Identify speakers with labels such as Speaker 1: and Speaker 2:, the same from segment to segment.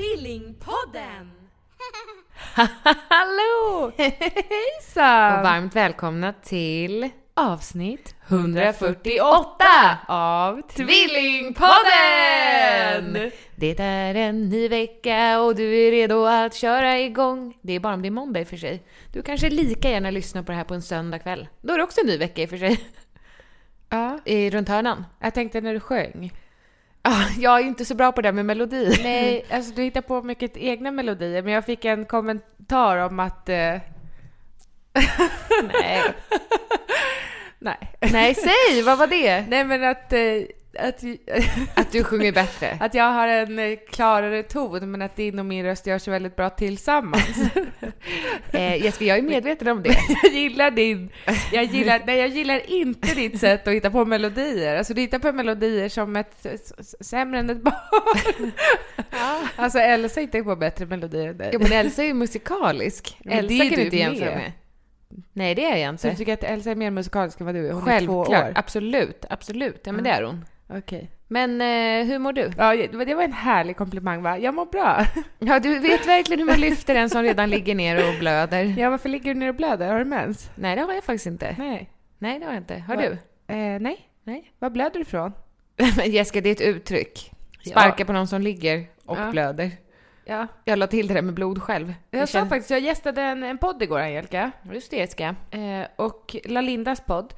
Speaker 1: Tvillingpodden!
Speaker 2: Hallå! Och
Speaker 1: Hejsan!
Speaker 2: varmt välkomna till avsnitt
Speaker 1: 148
Speaker 2: av
Speaker 1: Tvillingpodden!
Speaker 2: Det är en ny vecka och du är redo att köra igång. Det är bara om det är måndag i och för sig. Du kanske lika gärna lyssnar på det här på en söndag kväll. Då är det också en ny vecka i och för sig.
Speaker 1: Ja,
Speaker 2: I runt hörnan.
Speaker 1: jag tänkte när du sjöng.
Speaker 2: Ah, Jag är ju inte så bra på det här med melodi.
Speaker 1: Nej, alltså du hittar på mycket egna melodier, men jag fick en kommentar om att... Eh...
Speaker 2: Nej.
Speaker 1: Nej.
Speaker 2: Nej, säg! Vad var det?
Speaker 1: Nej, men att, eh, att,
Speaker 2: Att du sjunger bättre.
Speaker 1: att jag har en eh, klarare ton, men att din och min röst görs väldigt bra tillsammans.
Speaker 2: Eh, Jesper, jag är medveten om det.
Speaker 1: jag gillar din... Jag gillar, nej, jag gillar inte ditt sätt att hitta på melodier. Alltså du hittar på melodier som ett s- s- sämre än ett barn. Alltså Elsa hittar ju på bättre melodier än dig.
Speaker 2: Jo men Elsa är ju musikalisk.
Speaker 1: Men
Speaker 2: Elsa
Speaker 1: det är
Speaker 2: kan
Speaker 1: ju
Speaker 2: du
Speaker 1: du
Speaker 2: inte jämföra
Speaker 1: med.
Speaker 2: med. Nej det är jag
Speaker 1: Så du
Speaker 2: inte.
Speaker 1: tycker att Elsa är mer musikalisk än vad du är? Hon är två år.
Speaker 2: Självklart. Absolut, absolut. Ja men det är hon.
Speaker 1: Okej.
Speaker 2: Men eh, hur mår du?
Speaker 1: Ja, det var- det var en härlig komplimang va? Jag mår bra.
Speaker 2: Ja du vet verkligen hur man lyfter en som redan ligger ner och blöder.
Speaker 1: Ja, varför ligger du ner och blöder? Har du mens?
Speaker 2: Nej det har jag faktiskt inte.
Speaker 1: Nej.
Speaker 2: Nej det har jag inte. Har
Speaker 1: Va?
Speaker 2: du?
Speaker 1: Eh, nej.
Speaker 2: Nej.
Speaker 1: Var blöder du ifrån?
Speaker 2: Men Jessica det är ett uttryck.
Speaker 1: Ja.
Speaker 2: Sparka på någon som ligger och
Speaker 1: Ja.
Speaker 2: blöder.
Speaker 1: Ja.
Speaker 2: Jag la till det där med blod själv.
Speaker 1: Jag sa
Speaker 2: känns-
Speaker 1: faktiskt, jag gästade en, en podd igår Angelica.
Speaker 2: Just det Jessica.
Speaker 1: Eh, och Lalindas podd.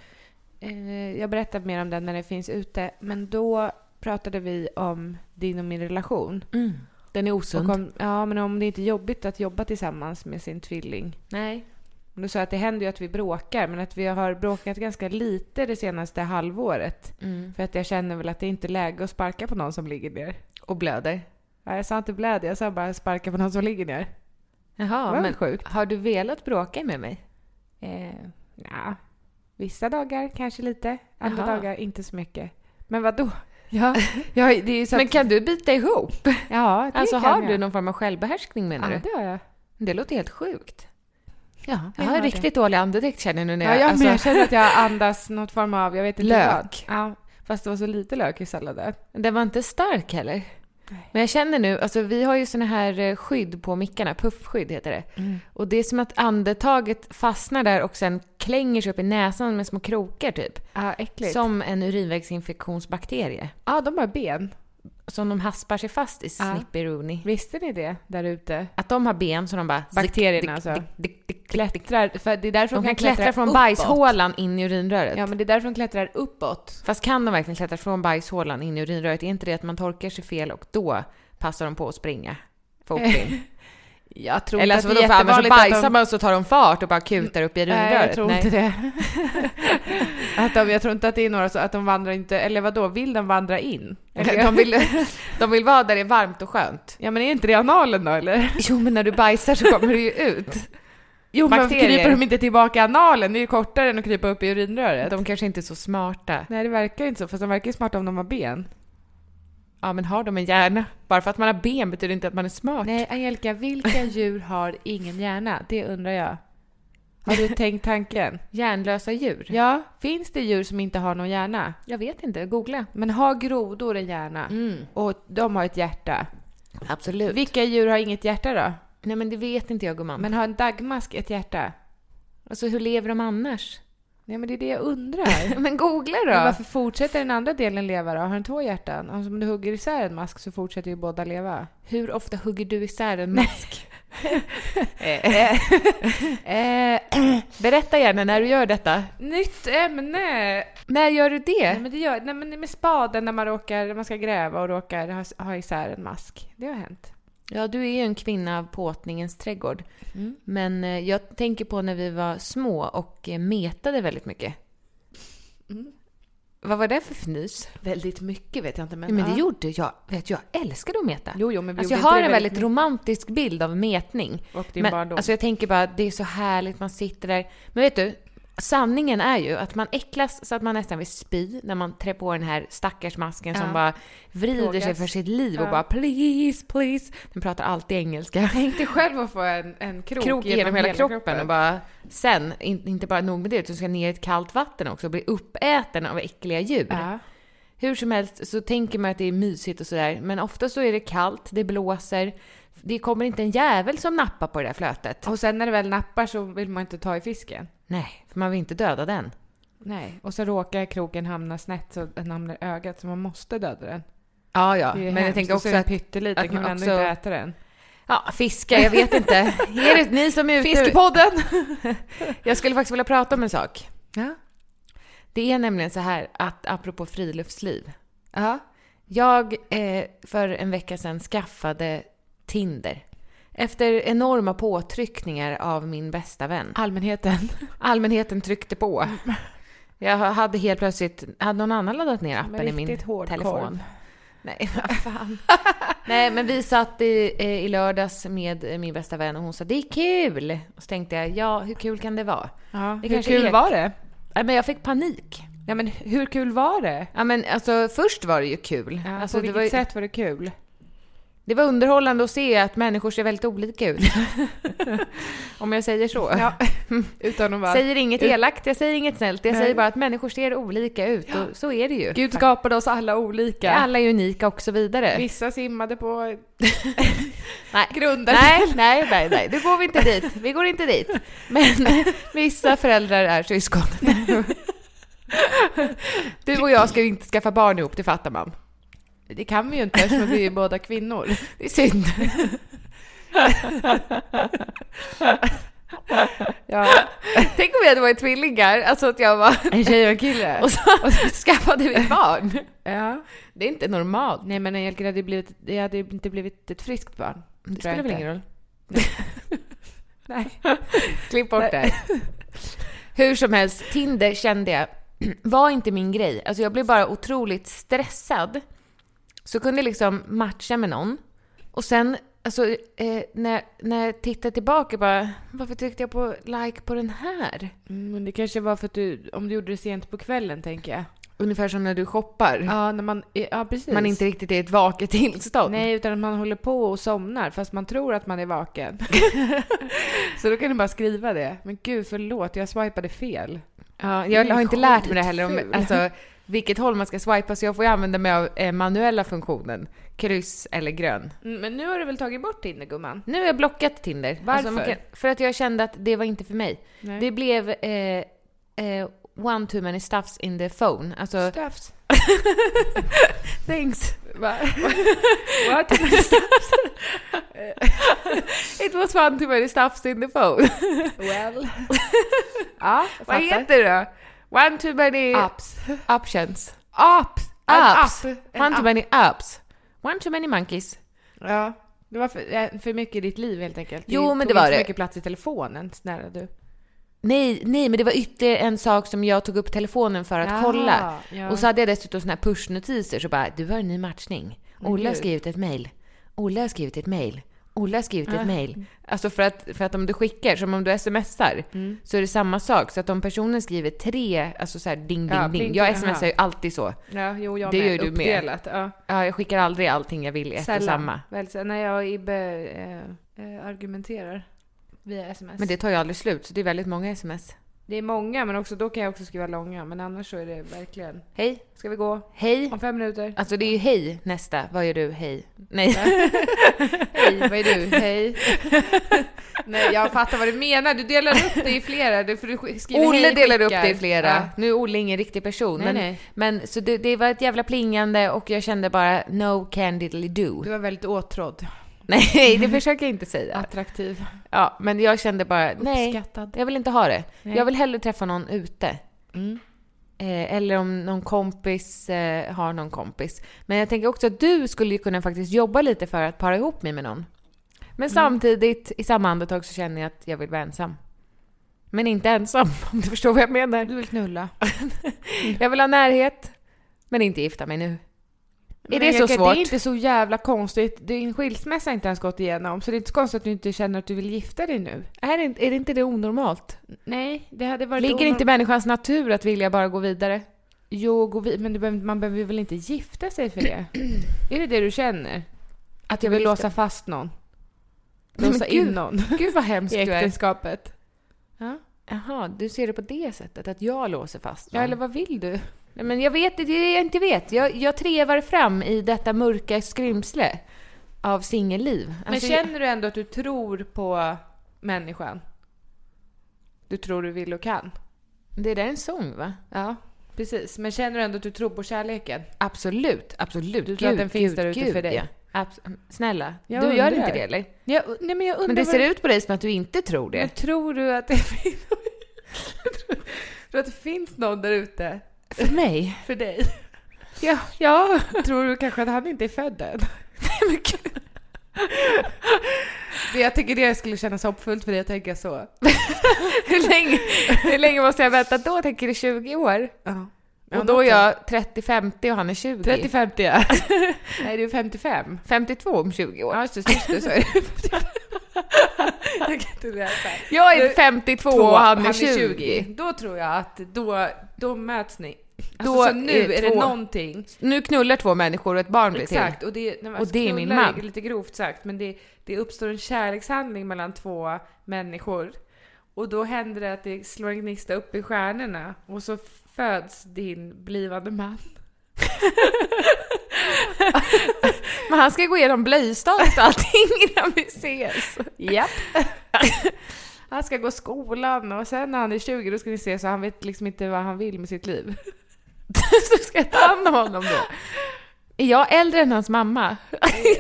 Speaker 1: Eh, jag berättar mer om den när den finns ute. Men då pratade vi om din och min relation.
Speaker 2: Mm. Den är
Speaker 1: Och
Speaker 2: osund.
Speaker 1: om, ja, men om det inte är jobbigt att jobba tillsammans med sin tvilling.
Speaker 2: Nej.
Speaker 1: Men Då sa jag att det händer ju att vi bråkar, men att vi har bråkat ganska lite det senaste halvåret.
Speaker 2: Mm.
Speaker 1: För att jag känner väl att det inte är läge att sparka på någon som ligger ner.
Speaker 2: Och blöder.
Speaker 1: Ja, jag sa inte bläd, jag sa bara sparka på någon som ligger ner. Det var
Speaker 2: Jaha
Speaker 1: väl
Speaker 2: men
Speaker 1: sjukt.
Speaker 2: har du velat bråka med mig?
Speaker 1: Eh, nja. Vissa dagar kanske lite, andra
Speaker 2: Jaha.
Speaker 1: dagar inte så mycket. Men vadå? Ja, ja, det är ju så
Speaker 2: Men
Speaker 1: att,
Speaker 2: kan du bita ihop?
Speaker 1: ja, det
Speaker 2: Alltså
Speaker 1: kan
Speaker 2: har
Speaker 1: jag.
Speaker 2: du någon form av självbehärskning menar
Speaker 1: Ja,
Speaker 2: du?
Speaker 1: det har jag.
Speaker 2: Det låter helt sjukt. Ja, jag
Speaker 1: jag
Speaker 2: har
Speaker 1: har
Speaker 2: riktigt dålig andedräkt känner jag nu när
Speaker 1: Ja,
Speaker 2: jag...
Speaker 1: jag, men jag
Speaker 2: alltså,
Speaker 1: känner att jag andas något form av, jag vet inte vad.
Speaker 2: Lök.
Speaker 1: Ja, fast det var så lite lök i salladen.
Speaker 2: den var inte stark heller.
Speaker 1: Nej.
Speaker 2: Men jag känner nu, alltså vi har ju såna här eh, skydd på mickarna, puffskydd heter det. Och det är som att andetaget fastnar där och sen klänger sig upp i näsan med små krokar typ.
Speaker 1: Ja, äckligt.
Speaker 2: Som en urinvägsinfektionsbakterie.
Speaker 1: Ja, de har ben.
Speaker 2: Som de haspar sig fast i,
Speaker 1: Ja.
Speaker 2: Snippy Rooney.
Speaker 1: Visste ni det där ute?
Speaker 2: Att de har ben som de bara...
Speaker 1: Bakterierna
Speaker 2: Dick, dick,
Speaker 1: alltså.
Speaker 2: dick, dick, dick, dick.
Speaker 1: Klättrar, för det är därför
Speaker 2: De kan klättra från bajshålan in i urinröret.
Speaker 1: Ja, men det är därför de klättrar uppåt.
Speaker 2: Fast kan de verkligen klättra från bajshålan in i urinröret? Är inte det att man torkar sig fel och då passar de på att springa? Fotboll.
Speaker 1: Jag tror
Speaker 2: Eller
Speaker 1: inte
Speaker 2: alltså
Speaker 1: att
Speaker 2: vadå
Speaker 1: det är
Speaker 2: för annars så
Speaker 1: jättevanligt att
Speaker 2: bajsar
Speaker 1: de-
Speaker 2: man och så tar de fart och bara kutar upp i urinröret?
Speaker 1: Nej, jag tror inte det. att de, jag tror inte att det är några så att de vandrar inte, eller vadå, vill de vandra in? Eller,
Speaker 2: De vill, de vill vara där det är varmt och skönt.
Speaker 1: ja men är inte det analen då eller?
Speaker 2: Jo men när du bajsar så kommer du ju ut.
Speaker 1: Jo men
Speaker 2: Bakterier.
Speaker 1: kryper de inte tillbaka i analen? Det är ju kortare än att krypa upp i urinröret.
Speaker 2: De kanske inte är så smarta.
Speaker 1: Nej det verkar ju inte så, fast de verkar ju smarta om de har ben.
Speaker 2: Ja men har de en hjärna? Bara för att man har ben betyder inte att man är smart.
Speaker 1: Nej Angelica, vilka djur har ingen hjärna? Det undrar jag. Har du tänkt tanken?
Speaker 2: Hjärnlösa djur?
Speaker 1: Ja, finns det djur som inte har någon hjärna?
Speaker 2: Jag vet inte, googla. Mm.
Speaker 1: Men har grodor en hjärna? Och de har ett hjärta.
Speaker 2: Absolut.
Speaker 1: Vilka djur har inget hjärta då?
Speaker 2: Nej men det vet inte jag gumman. Men
Speaker 1: Men har en dagmask ett hjärta?
Speaker 2: alltså hur lever de annars?
Speaker 1: Nej, men det är det jag undrar.
Speaker 2: men googla då!
Speaker 1: Men varför fortsätter den andra delen leva då? Har den två hjärtan? Alltså, Om du hugger isär en mask så fortsätter ju båda leva.
Speaker 2: Hur ofta hugger du isär en mask? Eh.
Speaker 1: Eh,
Speaker 2: Berätta gärna när du gör detta.
Speaker 1: nytt ämne!
Speaker 2: När gör du
Speaker 1: Nej
Speaker 2: det?
Speaker 1: men det gör, nej men det är med spaden när man råkar, när man ska gräva och råkar ha, ha isär en mask. Det har hänt.
Speaker 2: Ja, du är ju en kvinna av påtningens trädgård.
Speaker 1: Mm.
Speaker 2: Men eh, jag tänker på när vi var små och eh, metade väldigt mycket.
Speaker 1: Mm.
Speaker 2: Vad var det för fnys?
Speaker 1: Väldigt mycket vet jag inte
Speaker 2: Men, men det gjorde jag. Vet du, jag älskade att meta.
Speaker 1: Jo, jo, men vi
Speaker 2: alltså, jag
Speaker 1: gjorde
Speaker 2: har
Speaker 1: inte
Speaker 2: en
Speaker 1: det
Speaker 2: väldigt
Speaker 1: väldigt
Speaker 2: romantisk bild av metning.
Speaker 1: Och din
Speaker 2: men,
Speaker 1: barndom.
Speaker 2: Alltså jag tänker bara, det är så härligt, man sitter där. Men vet du, sanningen är ju att man äcklas så att man nästan vill spy när man trär på den här stackars masken som
Speaker 1: Ja.
Speaker 2: bara vrider sig
Speaker 1: Plågas.
Speaker 2: för sitt liv och
Speaker 1: Ja.
Speaker 2: bara please, please. Den pratar alltid engelska.
Speaker 1: Tänk dig själv att få en, en krok,
Speaker 2: Krok genom, hela, kroppen, och bara sen, in, inte bara nog med det, utan ska ner i ett kallt vatten också och bli uppäten av äckliga djur.
Speaker 1: Ja.
Speaker 2: Hur som helst så tänker man att det är mysigt och sådär, men ofta så är det kallt, det blåser, det kommer inte en jävel som nappar på det där flötet.
Speaker 1: Och sen när det väl nappar så vill man inte ta i fisken.
Speaker 2: Nej, för man vill inte döda den.
Speaker 1: Nej. Och så råkar kroken hamna snett så den hamnar i ögat så man måste döda den.
Speaker 2: Ja, ja,
Speaker 1: Det är
Speaker 2: men jag
Speaker 1: hemskt.
Speaker 2: tänker
Speaker 1: Och så
Speaker 2: också
Speaker 1: är den
Speaker 2: att...
Speaker 1: pytteliten,
Speaker 2: att
Speaker 1: kan
Speaker 2: man
Speaker 1: man ändå
Speaker 2: också-
Speaker 1: inte äta den.
Speaker 2: Ja, fiska, jag vet inte. är det ni som är ute...
Speaker 1: Fiskpodden!
Speaker 2: Jag skulle faktiskt vilja prata om en sak.
Speaker 1: Ja.
Speaker 2: Det är nämligen så här att, apropå friluftsliv. Ja. Jag eh, för en vecka sedan skaffade Tinder. Efter enorma påtryckningar av min bästa vän.
Speaker 1: Ah. Allmänheten.
Speaker 2: Allmänheten tryckte på. Jag hade helt plötsligt, hade någon annan laddat ner
Speaker 1: Men
Speaker 2: appen i min
Speaker 1: riktigt hård
Speaker 2: telefon?
Speaker 1: korv.
Speaker 2: Nej, vad fan. Nej, men vi satt i, eh, i lördags med eh, min bästa vän och hon sa det är kul. Och så tänkte jag, ja hur kul kan det vara?
Speaker 1: Ja.
Speaker 2: Det
Speaker 1: Hur
Speaker 2: kanske
Speaker 1: kul
Speaker 2: är-
Speaker 1: var det?
Speaker 2: Nej, men jag fick panik.
Speaker 1: Ja, men hur kul var det?
Speaker 2: Ja, men alltså först var det ju kul. alltså,
Speaker 1: på
Speaker 2: det,
Speaker 1: vilket
Speaker 2: var, ju-
Speaker 1: sätt var det kul?
Speaker 2: det var underhållande att se att människor ser väldigt olika ut. Om jag säger så.
Speaker 1: Ja. Utan att vara...
Speaker 2: Säger inget
Speaker 1: Ut-
Speaker 2: elakt, jag säger inget snällt. Jag
Speaker 1: Nej.
Speaker 2: säger bara att människor ser olika ut och så är det ju.
Speaker 1: Gud skapade oss alla olika.
Speaker 2: Alla är unika och så vidare.
Speaker 1: Vissa simmade på
Speaker 2: Nej.
Speaker 1: grunden.
Speaker 2: Nej, nej, nej, nej, då går vi inte dit. Vi går inte dit. Men vissa föräldrar är syskon. Du och jag ska ju inte skaffa barn ihop, det fattar man.
Speaker 1: Det kan vi ju inte eftersom vi är båda kvinnor.
Speaker 2: Det är synd.
Speaker 1: Ja.
Speaker 2: Tänk om vi hade varit tvillingar, alltså att jag var...
Speaker 1: En tjej och en kille.
Speaker 2: Och så, och så skaffade vi barn.
Speaker 1: Ja.
Speaker 2: Det är inte normalt.
Speaker 1: Nej men Angelica, det hade ju blivit, det hade ju inte blivit ett friskt barn.
Speaker 2: Det
Speaker 1: Tror jag
Speaker 2: spelar väl
Speaker 1: inte.
Speaker 2: ingen roll.
Speaker 1: Nej.
Speaker 2: Klipp bort det. här. Hur som helst, Tinder kände jag var inte min grej. Alltså jag blev bara otroligt stressad. Så kunde jag liksom matcha med någon. Och sen, alltså eh, när, när jag tittar tillbaka bara, varför tryckte jag på like på den här?
Speaker 1: Mm, Men det kanske var för att du, om du gjorde det sent på kvällen tänker jag.
Speaker 2: Ungefär som när du shoppar.
Speaker 1: Ja, när man, ja precis.
Speaker 2: Man inte riktigt är i ett vaket tillstånd.
Speaker 1: Nej, utan att man håller på och somnar fast man tror att man är vaken. så då kan du bara skriva det. Men gud, förlåt, jag swipade fel. Det
Speaker 2: Ja,
Speaker 1: är
Speaker 2: jag
Speaker 1: ju
Speaker 2: har inte lärt mig det heller om
Speaker 1: skitful.
Speaker 2: alltså, vilket håll man ska swipa så jag får ju använda mig av eh, manuella funktionen. Kryss eller grön.
Speaker 1: Mm, Men nu har du väl tagit bort Tinder, gumman?
Speaker 2: Nu har jag blockat Tinder. Alltså,
Speaker 1: Varför?
Speaker 2: man för att jag kände att det var inte för mig.
Speaker 1: Nej.
Speaker 2: Det blev eh, eh, one too many stuffs in the phone. Alltså,
Speaker 1: Stuffs.
Speaker 2: thanks.
Speaker 1: Va? What?
Speaker 2: It was one too many stuffs in the phone.
Speaker 1: Well. ja, jag
Speaker 2: Vad
Speaker 1: fattar.
Speaker 2: heter det då? One too many
Speaker 1: Apps.
Speaker 2: options.
Speaker 1: Apps. En
Speaker 2: Apps.
Speaker 1: app. En
Speaker 2: One too
Speaker 1: app.
Speaker 2: many apps. One too many monkeys.
Speaker 1: Ja. Det var för, eh, för mycket i ditt liv helt enkelt.
Speaker 2: Jo, men
Speaker 1: tog
Speaker 2: det var
Speaker 1: inte
Speaker 2: det.
Speaker 1: så mycket plats i telefonen, snälla du.
Speaker 2: Nej, nej, men det var ytterligare en sak som jag tog upp telefonen för att
Speaker 1: Jaha,
Speaker 2: kolla.
Speaker 1: ja.
Speaker 2: Och så hade jag dessutom såna här pushnotiser så bara, du har en ny matchning. Olle har
Speaker 1: gud.
Speaker 2: skrivit ett mail. Olle har skrivit ett mail. Olle har skrivit
Speaker 1: Ah.
Speaker 2: ett mail. Alltså för att, för att om du skickar, som om du smsar,
Speaker 1: Mm.
Speaker 2: så är det samma sak. Så att om personen skriver tre, alltså så här ding, ding,
Speaker 1: Ja,
Speaker 2: ding.
Speaker 1: pling,
Speaker 2: jag
Speaker 1: pling,
Speaker 2: smsar ju alltid så.
Speaker 1: Ja, jo, jag
Speaker 2: Det
Speaker 1: med.
Speaker 2: gör du med.
Speaker 1: Uppdelat, Ja.
Speaker 2: Ja, jag skickar aldrig allting jag vill i ett och samma.
Speaker 1: Väl, sällan när jag och Ibbe eh, eh, argumenterar. via sms.
Speaker 2: Men det tar ju aldrig slut, så det är väldigt många sms.
Speaker 1: Det är många, men också, då kan jag också skriva långa. Men annars så är det verkligen...
Speaker 2: Hej.
Speaker 1: Ska vi gå?
Speaker 2: Hej.
Speaker 1: Om fem minuter?
Speaker 2: Alltså det är ju hej nästa. Vad gör du? Hej. Nej.
Speaker 1: Hej, vad är du? Hej. Nej, jag fattar vad du menar. Du delar upp det i flera. Du, för du sk- skriver
Speaker 2: Olle
Speaker 1: hej,
Speaker 2: delar upp
Speaker 1: skickar.
Speaker 2: det i flera.
Speaker 1: Ja.
Speaker 2: Nu är Olle ingen riktig person.
Speaker 1: Nej,
Speaker 2: men,
Speaker 1: nej.
Speaker 2: men så det, det var ett jävla plingande och jag kände bara no can diddly do.
Speaker 1: Du var väldigt åtrådd.
Speaker 2: Nej, det försöker jag inte säga.
Speaker 1: Attraktiv.
Speaker 2: Ja, men jag kände bara nej,
Speaker 1: Uppskattad.
Speaker 2: jag vill inte ha det.
Speaker 1: Nej.
Speaker 2: Jag vill hellre träffa någon ute.
Speaker 1: Mm.
Speaker 2: Eh, eller om någon kompis eh, har någon kompis. Men jag tänker också att du skulle ju kunna faktiskt jobba lite för att para ihop mig med någon.
Speaker 1: Mm.
Speaker 2: Men samtidigt, i samma andetag, så känner jag att jag vill vara ensam. Men inte ensam, om du förstår vad jag menar.
Speaker 1: Du vill knulla.
Speaker 2: Jag vill ha närhet, men inte gifta mig nu. Är det
Speaker 1: Men
Speaker 2: så
Speaker 1: Erika,
Speaker 2: svårt?
Speaker 1: Det är inte så jävla konstigt. Din skilsmässa har inte ens gått igenom, så det är inte så konstigt att du inte känner att du vill gifta dig nu.
Speaker 2: Är, det, inte- är det inte det onormalt?
Speaker 1: Nej, det hade varit...
Speaker 2: Ligger inte människans natur att vilja bara gå vidare?
Speaker 1: Jo, gå vid, men du behöver, man behöver väl inte gifta sig för det? är det det du känner? Att jag vill
Speaker 2: gifta
Speaker 1: låsa fast någon?
Speaker 2: Men
Speaker 1: Låsa
Speaker 2: gud.
Speaker 1: in någon
Speaker 2: Gud vad hemskt
Speaker 1: i
Speaker 2: du är.
Speaker 1: äktenskapet?
Speaker 2: Jaha, du ser det på det sättet, att jag låser fast
Speaker 1: Ja,
Speaker 2: någon.
Speaker 1: eller vad vill du?
Speaker 2: Nej, men jag vet inte, det är det jag inte vet. Jag, jag trevar fram i detta mörka skrymsle av singelliv.
Speaker 1: Men
Speaker 2: Alltså,
Speaker 1: känner du ändå att du tror på människan? Du tror du vill och kan?
Speaker 2: Det där är en sång va?
Speaker 1: Ja, precis. Men känner du ändå att du tror på kärleken?
Speaker 2: Absolut, absolut.
Speaker 1: Du tror att den finns där ute för dig?
Speaker 2: ja. Abs- Snälla,
Speaker 1: Jag
Speaker 2: du gör
Speaker 1: undrar.
Speaker 2: inte det eller?
Speaker 1: Jag, nej, men jag undrar
Speaker 2: Men det
Speaker 1: vad
Speaker 2: ser
Speaker 1: du-
Speaker 2: ut på dig som att du inte tror
Speaker 1: Men
Speaker 2: det.
Speaker 1: tror du att det finns... tror du att det finns någon där ute
Speaker 2: För mig?
Speaker 1: för dig?
Speaker 2: Ja. ja.
Speaker 1: Tror du kanske att han inte är född än? Det- jag tycker det skulle kännas hoppfullt för dig att tänka så.
Speaker 2: hur, länge, hur länge måste jag vänta då? Tänker du 20 år?
Speaker 1: Ja,
Speaker 2: Och då är
Speaker 1: något
Speaker 2: jag 30-50 och han är 20.
Speaker 1: 30-50 ja. Nej, du är 55.
Speaker 2: 52 om 20 år.
Speaker 1: Ja, just det, just det, så är det. jag kan inte läsa.
Speaker 2: Jag är
Speaker 1: Du-
Speaker 2: 52 och han är, 20.
Speaker 1: Då tror jag att då, då möts ni. Alltså,
Speaker 2: Då
Speaker 1: så nu
Speaker 2: är
Speaker 1: är,
Speaker 2: det
Speaker 1: det
Speaker 2: två.
Speaker 1: någonting.
Speaker 2: Nu knullar två människor och ett barn blir till.
Speaker 1: Exakt, och det, nej, men alltså,
Speaker 2: det är min
Speaker 1: knulla
Speaker 2: man.
Speaker 1: Lite grovt sagt, men det, det uppstår en kärlekshandling mellan två människor. Och då händer det att det slår en gnista upp i stjärnorna och så föds din blivande man.
Speaker 2: Men han ska gå igenom blöjstadiet och allting innan vi ses.
Speaker 1: Japp. han ska gå skolan och sen när han är 20 då ska ni se så han vet liksom inte vad han vill med sitt liv.
Speaker 2: Så ska jag ta hand om honom då. Är jag äldre än hans mamma?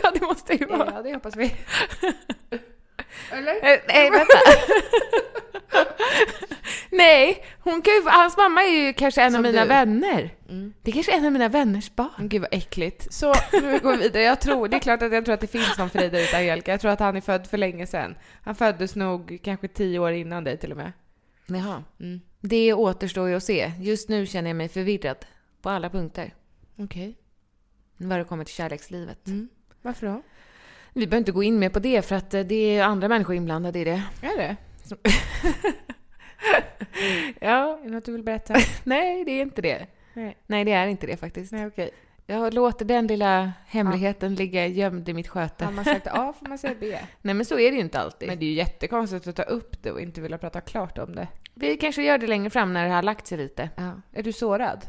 Speaker 2: ja, det måste jag ju vara.
Speaker 1: Ja, det hoppas vi. Eller?
Speaker 2: Eh, Nej, vänta. Nej, hon kan ju, hans mamma är ju kanske en
Speaker 1: Som
Speaker 2: av mina
Speaker 1: du.
Speaker 2: vänner. Det är kanske är en av mina vänners barn.
Speaker 1: Mm. Men Gud vad äckligt. Så nu går vi vidare. Jag tror, det är klart att jag tror att det finns någon för dig där ute Angelica. Jag tror att han är född för länge sedan. Han föddes nog kanske tio år innan dig till och med.
Speaker 2: Jaha.
Speaker 1: Mm.
Speaker 2: Det återstår ju att se. Just nu känner jag mig förvirrad på alla punkter.
Speaker 1: Okej. Mm.
Speaker 2: Vad det kommer till kärlekslivet.
Speaker 1: Varför då?
Speaker 2: Mm. Vi behöver inte gå in mer på det för att eh, det är andra människor inblandade i det.
Speaker 1: Är det?
Speaker 2: Ja,
Speaker 1: Är det något du vill berätta?
Speaker 2: nej det är inte det.
Speaker 1: Nej.
Speaker 2: Nej, det är inte det faktiskt.
Speaker 1: Nej okej.
Speaker 2: Jag låter den lilla hemligheten ligga gömd i mitt sköte.
Speaker 1: Har man sagt A får man säga B.
Speaker 2: Nej, men så är det ju inte alltid.
Speaker 1: Men det är ju jättekonstigt att ta upp det och inte vilja prata klart om det.
Speaker 2: Vi kanske gör det längre fram när det har lagt sig lite.
Speaker 1: Ja. Är du sårad?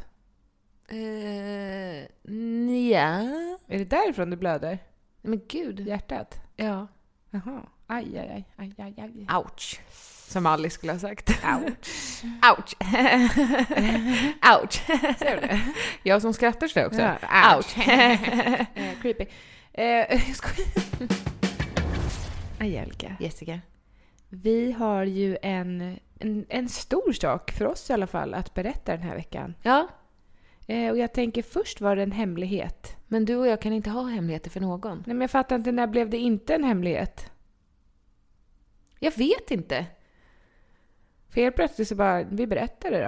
Speaker 2: Uh, ja.
Speaker 1: Är det därifrån du blöder?
Speaker 2: Men gud.
Speaker 1: Hjärtat?
Speaker 2: Ja.
Speaker 1: Jaha. Aj, aj, aj, aj, aj, aj.
Speaker 2: Ouch. Som Alice skulle ha sagt.
Speaker 1: Ouch.
Speaker 2: Ouch. Ouch. Ser du det? Jag som skrattar så där också.
Speaker 1: Ja,
Speaker 2: Ouch.
Speaker 1: Eh, creepy. Eh, jag skojar. Angelica,
Speaker 2: Jessica.
Speaker 1: vi har ju en, en, en stor sak för oss i alla fall att berätta den här veckan.
Speaker 2: Ja,
Speaker 1: Eh, och jag tänker först var det en hemlighet.
Speaker 2: men du och jag kan inte ha hemligheter för någon.
Speaker 1: Nej men jag fattar inte, när blev det inte en hemlighet?
Speaker 2: Jag vet inte.
Speaker 1: För helt plötsligt så bara, vi berättar det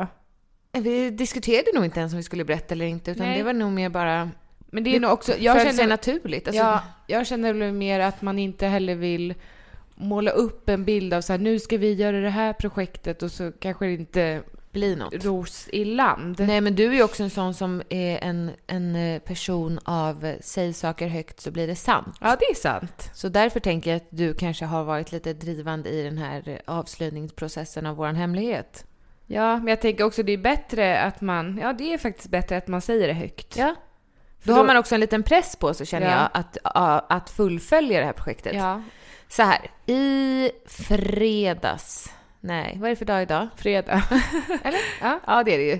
Speaker 1: då.
Speaker 2: Vi diskuterade nog inte ens om vi skulle berätta eller inte, utan
Speaker 1: Nej.
Speaker 2: det var nog mer bara...
Speaker 1: Men det är nog också,
Speaker 2: Jag
Speaker 1: jag
Speaker 2: kände sig
Speaker 1: känner,
Speaker 2: naturligt. Alltså,
Speaker 1: ja, jag känner väl mer att man inte heller vill måla upp en bild av så här, nu ska vi göra det här projektet och så kanske det inte
Speaker 2: bli något.
Speaker 1: ros i land.
Speaker 2: Nej men du är ju också en sån som är en, en eh, person av eh, säg saker högt så blir det sant.
Speaker 1: Ja, det är sant.
Speaker 2: Så därför tänker jag att du kanske har varit lite drivande i den här eh, avslöjningsprocessen av våran hemlighet.
Speaker 1: Ja, men jag tänker också det är bättre att man, ja det är faktiskt bättre att man säger det högt.
Speaker 2: Ja.
Speaker 1: För
Speaker 2: Då har man också en liten press på sig känner
Speaker 1: Ja.
Speaker 2: jag att, ja, att fullfölja det här projektet.
Speaker 1: Ja,
Speaker 2: Så här, i fredags, nej vad är det för dag idag?
Speaker 1: fredag. Eller? Ja.
Speaker 2: Ja, det är det ju.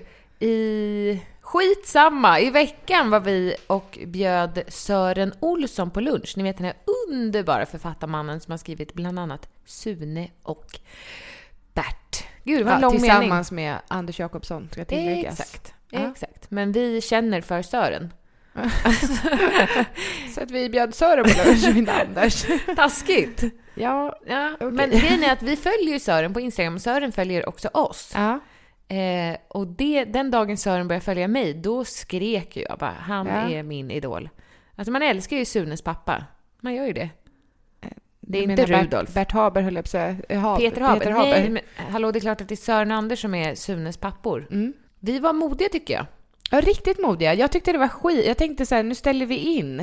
Speaker 2: I... Skitsamma! I veckan var vi och bjöd Sören Olsson på lunch. Ni vet den här underbara författarmannen som har skrivit bland annat Sune och Bert. Gud, det var en
Speaker 1: ja,
Speaker 2: lång mening.
Speaker 1: tillsammans med Anders Jakobsson, ska tilläggas.
Speaker 2: Exakt.
Speaker 1: Ja.
Speaker 2: Exakt. Men vi känner för Sören.
Speaker 1: Så att vi bjöd Sören på lunch, och inte Anders.
Speaker 2: Taskigt!
Speaker 1: Ja.
Speaker 2: Ja,
Speaker 1: Okej.
Speaker 2: Men grejen är att vi följer ju Sören på Instagram och Sören följer också oss.
Speaker 1: ja.
Speaker 2: Eh, och det, den dagen Sören började följa mig, då skrek ju jag bara han
Speaker 1: Ja.
Speaker 2: är min idol. Alltså man älskar ju Sunes pappa. Man gör ju det. Det är
Speaker 1: Du
Speaker 2: inte
Speaker 1: menar
Speaker 2: Rudolf.
Speaker 1: Bert, Bert Haber höll jag på att säga. Eh, Haber.
Speaker 2: Peter Haber. Nej, men, hallå, det är klart att det är Sören och Anders som är Sunes pappor.
Speaker 1: Mm.
Speaker 2: Vi var modiga tycker jag.
Speaker 1: Ja, riktigt modiga. Jag tyckte det var skit. Jag tänkte så här, nu ställer vi in.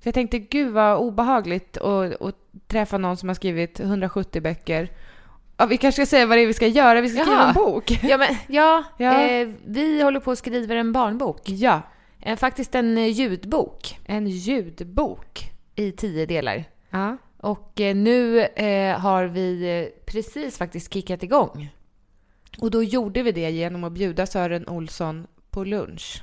Speaker 1: För jag tänkte, gud vad obehagligt att, att träffa någon som har skrivit 170 böcker. Ja, vi kanske ska säga vad det är vi ska göra. Vi ska skriva
Speaker 2: Jaha.
Speaker 1: en bok.
Speaker 2: Ja, men, ja,
Speaker 1: Ja.
Speaker 2: Eh, vi håller på att skriva en barnbok.
Speaker 1: Ja,
Speaker 2: Eh, faktiskt en eh, ljudbok
Speaker 1: en ljudbok.
Speaker 2: i tio delar.
Speaker 1: Ja.
Speaker 2: Och eh, nu eh, har vi eh, precis faktiskt kickat igång.
Speaker 1: Och då gjorde vi det genom att bjuda Sören Olsson på lunch.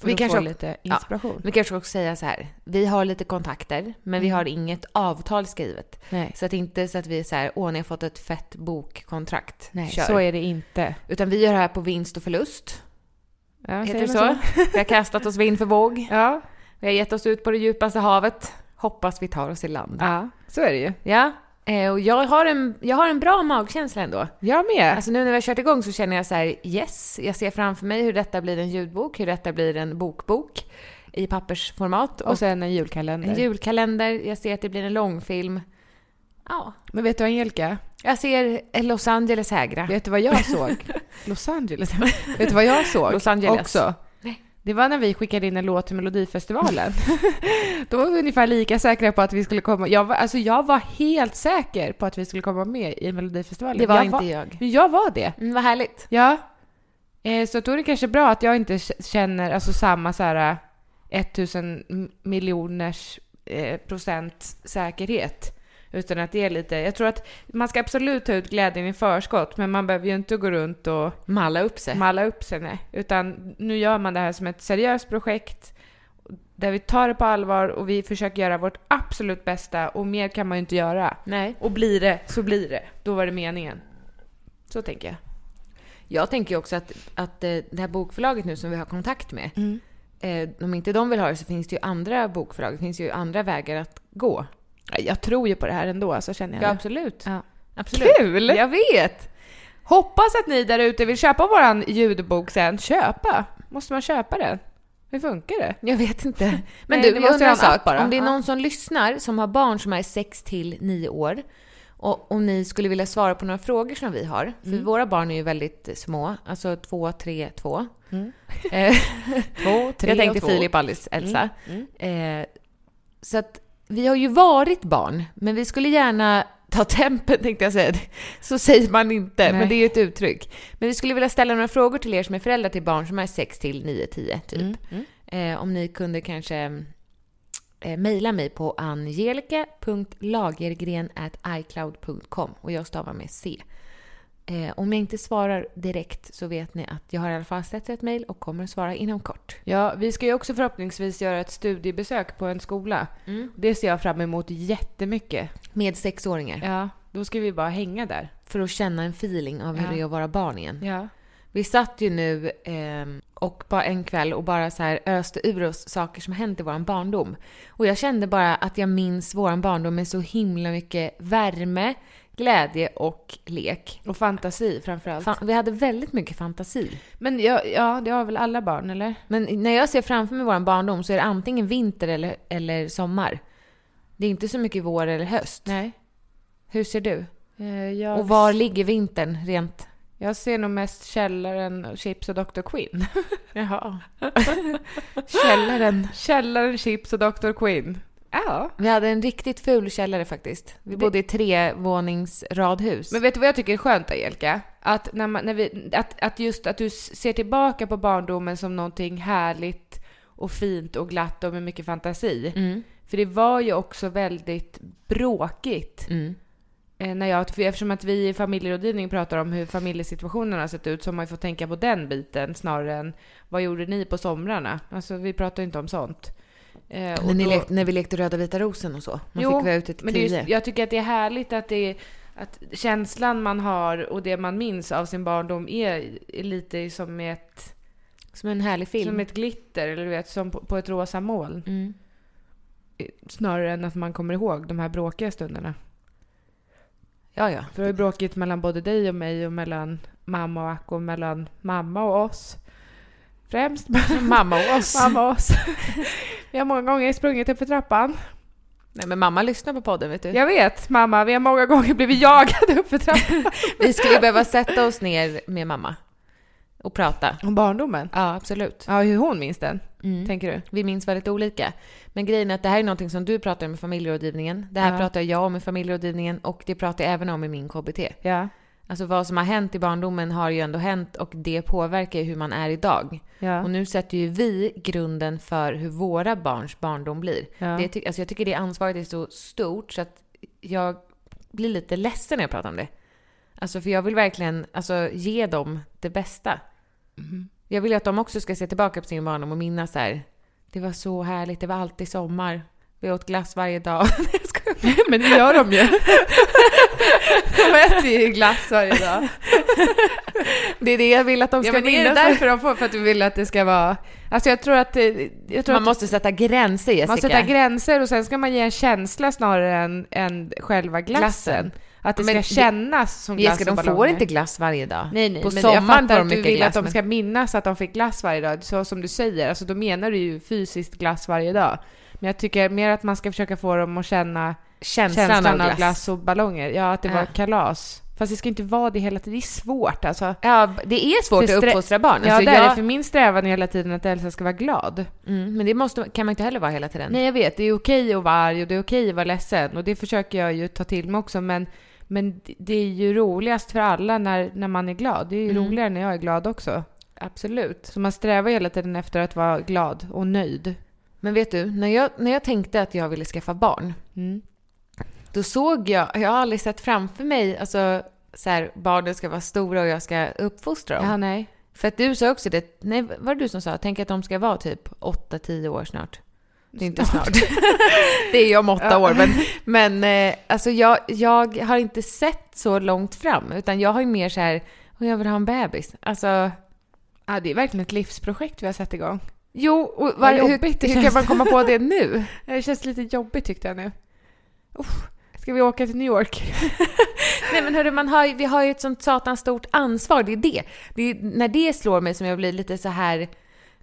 Speaker 1: För
Speaker 2: Vi
Speaker 1: att
Speaker 2: kanske
Speaker 1: få
Speaker 2: ock-
Speaker 1: lite inspiration.
Speaker 2: Vi kanske också säga så här. Vi har lite kontakter, men vi har inget avtal skrivet.
Speaker 1: Nej,
Speaker 2: Så att inte så att vi är så här, åh, ni har fått ett fett bokkontrakt.
Speaker 1: nej
Speaker 2: Kör."
Speaker 1: så är det inte.
Speaker 2: Utan vi gör det här på vinst och förlust.
Speaker 1: Ja, säger
Speaker 2: Heter det
Speaker 1: man
Speaker 2: så? Vi har kastat oss vind för våg.
Speaker 1: Ja.
Speaker 2: Vi har gett oss ut på det djupaste havet. Hoppas vi tar oss i land.
Speaker 1: ja, så är det ju.
Speaker 2: Ja, eh, och jag har, en, jag har en bra magkänsla ändå.
Speaker 1: Jag med.
Speaker 2: Alltså nu när vi har kört igång så känner jag så här, yes, jag ser framför mig hur detta blir en ljudbok, hur detta blir en bokbok i pappersformat.
Speaker 1: och sen en julkalender.
Speaker 2: En julkalender, jag ser att det blir en långfilm. Ja,
Speaker 1: Men vet du Angelica?
Speaker 2: jag ser Los Angeles hägra.
Speaker 1: Ah. Vet du vad jag såg? Los Angeles. Vet du vad jag såg?
Speaker 2: Los Angeles.
Speaker 1: Också.
Speaker 2: Nej.
Speaker 1: Det var när vi skickade in en låt till Melodifestivalen. Då var vi ungefär lika säkra på att vi skulle komma. Jag var, alltså jag var helt säker på att vi skulle komma med i Melodifestivalen.
Speaker 2: Det var
Speaker 1: jag
Speaker 2: inte jag.
Speaker 1: Men jag var det.
Speaker 2: Mm, vad härligt.
Speaker 1: Ja. Eh, så då är det kanske bra att jag inte k- känner alltså samma så här eh, 1000 m- miljoners eh, procent säkerhet. Utan att det är lite, jag tror att man ska absolut ta ut glädjen i förskott, men man behöver ju inte gå runt och
Speaker 2: Malla upp sig.
Speaker 1: malla upp sig. Nej. Utan nu gör man det här som ett seriöst projekt där vi tar det på allvar och vi försöker göra vårt absolut bästa och mer kan man ju inte göra.
Speaker 2: Nej.
Speaker 1: Och blir det så blir det. Då var det meningen. Så tänker jag.
Speaker 2: Jag tänker ju också att, att eh, det här bokförlaget nu som vi har kontakt med,
Speaker 1: Mm.
Speaker 2: eh, om inte de vill ha det så finns det ju andra bokförlag, det finns ju andra vägar att gå.
Speaker 1: Ja, Jag tror ju på det här ändå, alltså känner jag.
Speaker 2: Ja,
Speaker 1: nu.
Speaker 2: absolut.
Speaker 1: Ja.
Speaker 2: absolut.
Speaker 1: Kul!
Speaker 2: Jag vet!
Speaker 1: Hoppas att ni där ute vill köpa våran ljudbok sen. Köpa? Måste man köpa den? Hur funkar det?
Speaker 2: Jag vet inte. Men
Speaker 1: Nej,
Speaker 2: du,
Speaker 1: det
Speaker 2: jag
Speaker 1: måste
Speaker 2: undrar
Speaker 1: vara
Speaker 2: en
Speaker 1: en
Speaker 2: sak.
Speaker 1: app bara.
Speaker 2: Om det är
Speaker 1: Ja.
Speaker 2: någon som lyssnar som har barn som är 6 till 9 år och om ni skulle vilja svara på några frågor som vi har, för våra barn är ju väldigt små, alltså 2, 3, 2.
Speaker 1: Två,
Speaker 2: Eh,
Speaker 1: Mm.
Speaker 2: Jag tänkte Filip, Alice, Elsa. Eh, så att vi har ju varit barn, men vi skulle gärna ta tempen tänkte jag säga. Så säger man inte,
Speaker 1: Nej.
Speaker 2: men det är ju ett uttryck. Men vi skulle vilja ställa några frågor till er som är föräldrar till barn som är 6 till 9, 10 typ.
Speaker 1: Mm.
Speaker 2: Eh, om ni kunde kanske eh, mejla mig på angelika.lagergren.icloud.com och jag stavar med C. Eh, om jag inte svarar direkt så vet ni att jag har i alla fall sett ett mejl och kommer att svara inom kort.
Speaker 1: Ja, vi ska ju också förhoppningsvis göra ett studiebesök på en skola.
Speaker 2: Mm.
Speaker 1: Det ser jag fram emot jättemycket.
Speaker 2: Med sexåringar.
Speaker 1: Ja, då ska vi bara hänga där.
Speaker 2: För att känna en feeling av hur
Speaker 1: Ja.
Speaker 2: det är att vara barn igen.
Speaker 1: Ja.
Speaker 2: Vi satt ju nu ehm, och bara en kväll och bara så här öste ur oss saker som hänt i vår barndom. Och jag kände bara att jag minns vår barndom med så himla mycket värme, glädje och lek.
Speaker 1: Och fantasi framförallt.
Speaker 2: Fan, vi hade väldigt mycket fantasi.
Speaker 1: Men ja, ja, det har väl alla barn, eller?
Speaker 2: Men när jag ser framför mig vår barndom så är det antingen vinter eller, eller sommar. Det är inte så mycket vår eller höst.
Speaker 1: Nej.
Speaker 2: Hur ser du?
Speaker 1: Eh, Jag...
Speaker 2: Och var ligger vintern rent
Speaker 1: Jag ser nog mest Källaren, och Chips och Dr. Quinn.
Speaker 2: Jaha. Källaren.
Speaker 1: Källaren, Chips och Dr. Quinn. Ja.
Speaker 2: Vi hade en riktigt ful källare faktiskt. Vi bodde i trevåningsradhus.
Speaker 1: Men vet du vad jag tycker är skönt Angelica? Att, när man, när vi, att, att just att du s- ser tillbaka på barndomen som någonting härligt och fint och glatt och med mycket fantasi.
Speaker 2: Mm.
Speaker 1: För det var ju också väldigt bråkigt.
Speaker 2: Mm.
Speaker 1: Eh, När jag, för eftersom att vi i familjerådgivning pratar om hur familjesituationen har sett ut så har man ju fått tänka på den biten snarare än vad gjorde ni på somrarna? Alltså vi pratar ju inte om sånt. Eh, och
Speaker 2: När, ni
Speaker 1: då-
Speaker 2: lek, när vi lekte röda vita rosen och så. Man
Speaker 1: Jo,
Speaker 2: fick vara ute till
Speaker 1: men det är
Speaker 2: tio.
Speaker 1: just, jag tycker att det är härligt att, det är, att känslan man har och det man minns av sin barndom är, är lite som ett,
Speaker 2: Som en härlig film.
Speaker 1: som ett glitter, eller du vet, som på, på ett rosa moln.
Speaker 2: mm.
Speaker 1: Snarare än att man kommer ihåg de här bråkiga stunderna.
Speaker 2: Ja, ja.
Speaker 1: För det har ju bråkigt mellan både dig och mig och mellan mamma och Acko och mellan mamma och oss. Främst mellan
Speaker 2: Mamma och oss.
Speaker 1: mamma och oss. Vi har många gånger sprungit upp för trappan.
Speaker 2: Nej, men mamma lyssnar på podden, vet du.
Speaker 1: Jag vet mamma, vi har många gånger blivit jagade upp för trappan.
Speaker 2: Vi skulle behöva sätta oss ner med mamma och prata.
Speaker 1: Om barndomen?
Speaker 2: Ja, absolut.
Speaker 1: Ja, hur hon minns den,
Speaker 2: Mm.
Speaker 1: tänker du?
Speaker 2: Vi minns väldigt olika. Men grejen är att det här är någonting som du pratar om i familjerådgivningen. Det här
Speaker 1: Ja.
Speaker 2: pratar jag om i familjerådgivningen och det pratar jag även om i min KBT.
Speaker 1: Ja.
Speaker 2: Alltså vad som har hänt i barndomen har ju ändå hänt och det påverkar ju hur man är idag. Och
Speaker 1: ja.
Speaker 2: nu sätter ju vi grunden för hur våra barns barndom blir.
Speaker 1: Ja.
Speaker 2: Det ty- alltså jag tycker det ansvaret är så stort så att jag blir lite ledsen när jag pratar om det. Alltså för jag vill verkligen alltså, ge dem det bästa.
Speaker 1: Mm-hmm.
Speaker 2: Jag vill ju att de också ska se tillbaka på sin barndom och minnas så här. Det var så härligt, det var alltid sommar. Vi åt glass varje dag. Nej, jag skojar.
Speaker 1: Men det gör de ju. de äter ju glass varje dag.
Speaker 2: det är det jag vill att de
Speaker 1: Ja,
Speaker 2: ska
Speaker 1: men är det
Speaker 2: minnas.
Speaker 1: därför de får, för att du vill att det ska vara... Alltså jag tror att...
Speaker 2: eh,
Speaker 1: det- Jag tror
Speaker 2: Man
Speaker 1: att
Speaker 2: måste sätta gränser Jessica.
Speaker 1: Man sätter gränser och sen ska man ge en känsla snarare än, än själva glassen.
Speaker 2: Glassen.
Speaker 1: Att det
Speaker 2: Men
Speaker 1: ska
Speaker 2: det-
Speaker 1: kännas som glass
Speaker 2: Jessica, de
Speaker 1: och
Speaker 2: får
Speaker 1: ballonger.
Speaker 2: inte glass varje dag.
Speaker 1: Nej, nej,
Speaker 2: På
Speaker 1: men jag
Speaker 2: sommaren får
Speaker 1: fattar
Speaker 2: de
Speaker 1: att du
Speaker 2: mycket
Speaker 1: vill
Speaker 2: glass,
Speaker 1: att de
Speaker 2: men-
Speaker 1: ska minnas att de fick glass varje dag, så som du säger. Alltså då menar du ju fysiskt glass varje dag. Men jag tycker mer att man ska försöka få dem att känna
Speaker 2: Känslan,
Speaker 1: känslan
Speaker 2: av glass.
Speaker 1: och ballonger. Ja, att det var
Speaker 2: Ja.
Speaker 1: kalas. Fast det ska inte vara det hela tiden. Det är svårt alltså.
Speaker 2: Ja, b- det är svårt
Speaker 1: För
Speaker 2: att
Speaker 1: stre-
Speaker 2: uppfostra barn.
Speaker 1: Ja,
Speaker 2: Alltså,
Speaker 1: det är det.
Speaker 2: jag-
Speaker 1: För min strävan är hela tiden att Elsa ska vara glad.
Speaker 2: mm, men det måste, kan man inte heller vara hela tiden.
Speaker 1: Nej, jag vet. Det är okej att vara arg och det är okej att vara ledsen. Och det försöker jag ju ta till mig också. Men, men det- det är ju roligast för alla när, när man är glad. Det är ju
Speaker 2: Mm.
Speaker 1: roligare när jag är glad också.
Speaker 2: Absolut.
Speaker 1: Så man strävar hela tiden efter att vara glad och nöjd.
Speaker 2: Men vet du, när jag, när jag tänkte att jag ville skaffa barn,
Speaker 1: Mm.
Speaker 2: då såg jag, jag har aldrig sett framför mig, alltså så här, barnen ska vara stora och jag ska uppfostra dem.
Speaker 1: Ja, nej.
Speaker 2: För att du sa också det, nej var det du som sa, tänk att de ska vara typ 8-10 år snart. Det är inte snart. det är jag om 8
Speaker 1: Ja.
Speaker 2: år. Men, men eh, alltså jag, jag har inte sett så långt fram, utan jag har ju mer så här, "Åh, jag vill ha en bebis. Alltså,
Speaker 1: Ja, det är verkligen ett livsprojekt vi har satt igång.
Speaker 2: jo, och
Speaker 1: Vad
Speaker 2: var,
Speaker 1: jobbigt det
Speaker 2: hur, hur kan
Speaker 1: känns.
Speaker 2: man komma på det nu?
Speaker 1: Det känns lite jobbigt tyckte jag nu.
Speaker 2: Alltså,
Speaker 1: Uff, ska vi åka till New York?
Speaker 2: Nej men hörru, man har, ju- vi har ju ett sånt satans stort ansvar, det är det. det är, när det slår mig som jag blir lite så här...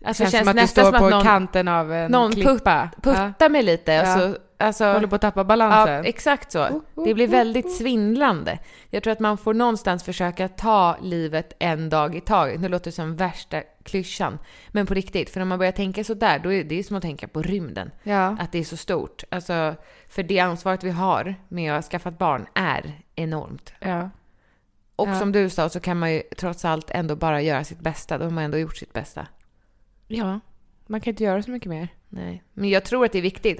Speaker 2: Alltså
Speaker 1: känns,
Speaker 2: känns, känns
Speaker 1: som att du
Speaker 2: nästan
Speaker 1: står
Speaker 2: som
Speaker 1: på
Speaker 2: att någon
Speaker 1: kanten av en
Speaker 2: någon put-
Speaker 1: klippa.
Speaker 2: puttar mig lite. Alltså, alltså,
Speaker 1: ja. Håller på Oh, att tappa
Speaker 2: ja,
Speaker 1: balansen.
Speaker 2: exakt så. Det blir väldigt svindlande. Jag tror att man får någonstans försöka ta livet en dag i taget. Nu låter det som värsta klyschan, men på riktigt. För när man börjar tänka så där, då är det är som att tänka på rymden.
Speaker 1: ja.
Speaker 2: Att det är så stort. Alltså, för det ansvaret vi har med att ha skaffat barn är enormt.
Speaker 1: ja.
Speaker 2: Och
Speaker 1: Ja.
Speaker 2: som du sa så kan man ju trots allt ändå bara göra sitt bästa. Då har man ändå gjort sitt bästa.
Speaker 1: Ja, man kan inte göra så mycket mer.
Speaker 2: Nej. Men jag tror att det är viktigt.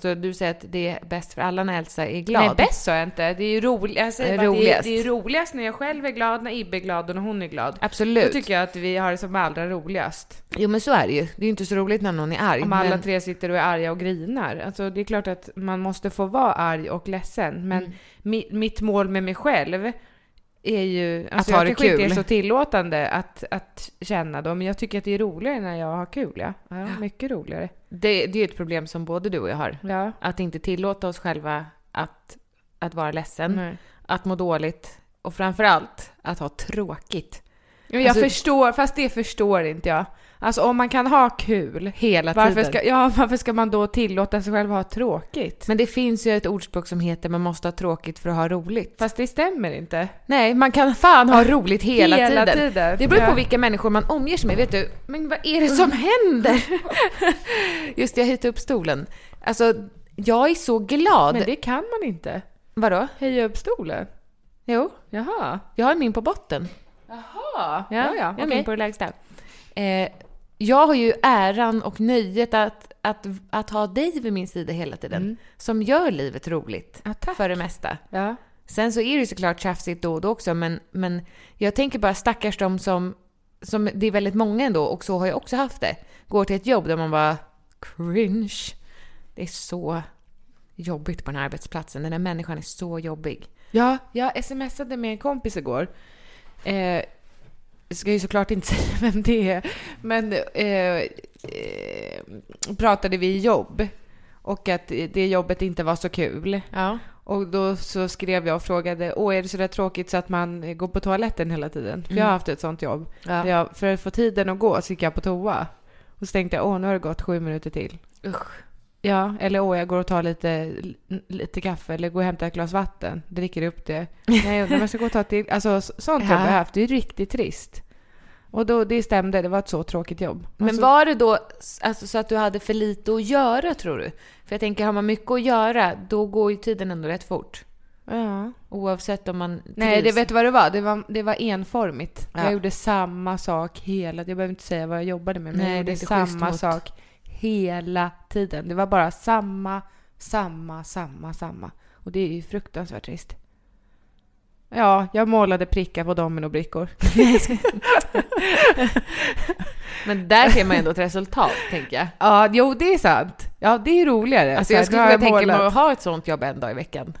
Speaker 2: Så du säger att det är bäst för alla när Elsa är glad?
Speaker 1: Nej, bäst sa jag inte. Det är ju roligt. Jag säger
Speaker 2: Det är
Speaker 1: bara, det, är,
Speaker 2: roligast.
Speaker 1: det är roligast när jag själv är glad, när Ibbe är glad och när hon är glad. Då
Speaker 2: Absolut.
Speaker 1: tycker jag att vi har det som allra roligast.
Speaker 2: Jo men så är det ju. Det är ju inte så roligt när någon är arg.
Speaker 1: Om alla
Speaker 2: men...
Speaker 1: tre sitter och är arga och grinar. Alltså, det är klart att man måste få vara arg och ledsen. Men
Speaker 2: Mm.
Speaker 1: mi, mitt mål med mig själv är ju... Alltså,
Speaker 2: ha
Speaker 1: jag
Speaker 2: det
Speaker 1: kanske inte är
Speaker 2: kul.
Speaker 1: så tillåtande att, att känna då, men jag tycker att det är roligare när jag har kul. Ja, ja mycket roligare.
Speaker 2: Det, det är ju ett problem som både du och jag har.
Speaker 1: Ja.
Speaker 2: Att inte tillåta oss själva att, att vara ledsen,
Speaker 1: Nej.
Speaker 2: att må dåligt och framförallt att ha tråkigt.
Speaker 1: Men jag
Speaker 2: Alltså-
Speaker 1: förstår, fast det förstår inte jag. Alltså om man kan ha kul
Speaker 2: Hela
Speaker 1: varför
Speaker 2: tiden.
Speaker 1: ska, ja, varför ska man då tillåta sig själv ha tråkigt?
Speaker 2: Men det finns ju ett ordspråk som heter man måste ha tråkigt för att ha roligt.
Speaker 1: Fast det stämmer inte.
Speaker 2: Nej, man kan fan ha roligt hela,
Speaker 1: Hela
Speaker 2: tiden.
Speaker 1: tiden.
Speaker 2: Det beror på
Speaker 1: Ja. Mm.
Speaker 2: vilka människor man omger sig med, vet du. Men vad är det som händer? Just det, jag höjde upp stolen. Alltså, jag är så glad.
Speaker 1: Men det kan man inte.
Speaker 2: Vadå?
Speaker 1: Höja upp stolen.
Speaker 2: Jo,
Speaker 1: Jaha.
Speaker 2: jag har min på botten.
Speaker 1: Ja,
Speaker 2: Ja,
Speaker 1: ja, ja
Speaker 2: jag är
Speaker 1: okej.
Speaker 2: min på det lägsta. Eh, jag har ju äran och nöjet att, att, att ha dig vid min sida hela tiden. Som gör livet roligt.
Speaker 1: Mm. Ja, tack.
Speaker 2: för det mesta.
Speaker 1: Ja.
Speaker 2: Sen så är det ju såklart tjafsigt då och då också, men, men jag tänker bara stackars de som, som, det är väldigt många ändå, och så har jag också haft det, går till ett jobb där man bara cringe. Det är så jobbigt på den här arbetsplatsen. Den här människan är så jobbig.
Speaker 1: ja, jag smsade med en kompis igår. Eh, jag ska ju såklart inte säga vem det är. Men eh, eh, pratade vi jobb. Och att det jobbet inte var så kul.
Speaker 2: Ja.
Speaker 1: Och då så skrev jag och frågade, åh är det sådär tråkigt så att man eh, går på toaletten hela tiden? För jag har haft ett sånt jobb.
Speaker 2: Mm. Ja.
Speaker 1: Där Jag, för att få tiden att gå så gick jag på toa. Och så tänkte jag, åh nu har det gått sju minuter till.
Speaker 2: Usch.
Speaker 1: Ja, eller åh jag går och tar lite, lite kaffe eller går och hämtar ett glas vatten. Dricker upp det. Nej, jag undrar om jag ska gå och ta ett till. Alltså s- sånt jobb
Speaker 2: Ja.
Speaker 1: har jag haft, det är riktigt trist. Och då, det stämde, det var ett så tråkigt jobb.
Speaker 2: Men
Speaker 1: Alltså,
Speaker 2: var det då alltså, så att du hade för lite att göra tror du? För jag tänker, har man mycket att göra, då går ju tiden ändå rätt fort.
Speaker 1: Ja.
Speaker 2: Oavsett om man
Speaker 1: Nej, det
Speaker 2: trivs.
Speaker 1: vet du vad det var? Det var, det var enformigt.
Speaker 2: Ja.
Speaker 1: Jag gjorde samma sak hela Jag behöver inte säga vad jag jobbade med, men
Speaker 2: Nej,
Speaker 1: jag gjorde
Speaker 2: det är inte schysst
Speaker 1: samma
Speaker 2: mot-
Speaker 1: sak hela tiden. Det var bara samma, samma, samma, samma. Och det är ju fruktansvärt trist. Ja, jag målade prickar på dominobrickor.
Speaker 2: Men där ser man ändå ett resultat, tänker jag.
Speaker 1: Ja, jo, det är sant. Ja, det är roligare.
Speaker 2: Alltså
Speaker 1: Så här,
Speaker 2: jag skulle
Speaker 1: nu har
Speaker 2: kunna tänka mig
Speaker 1: målat-
Speaker 2: att ha ett sånt jobb en dag i veckan.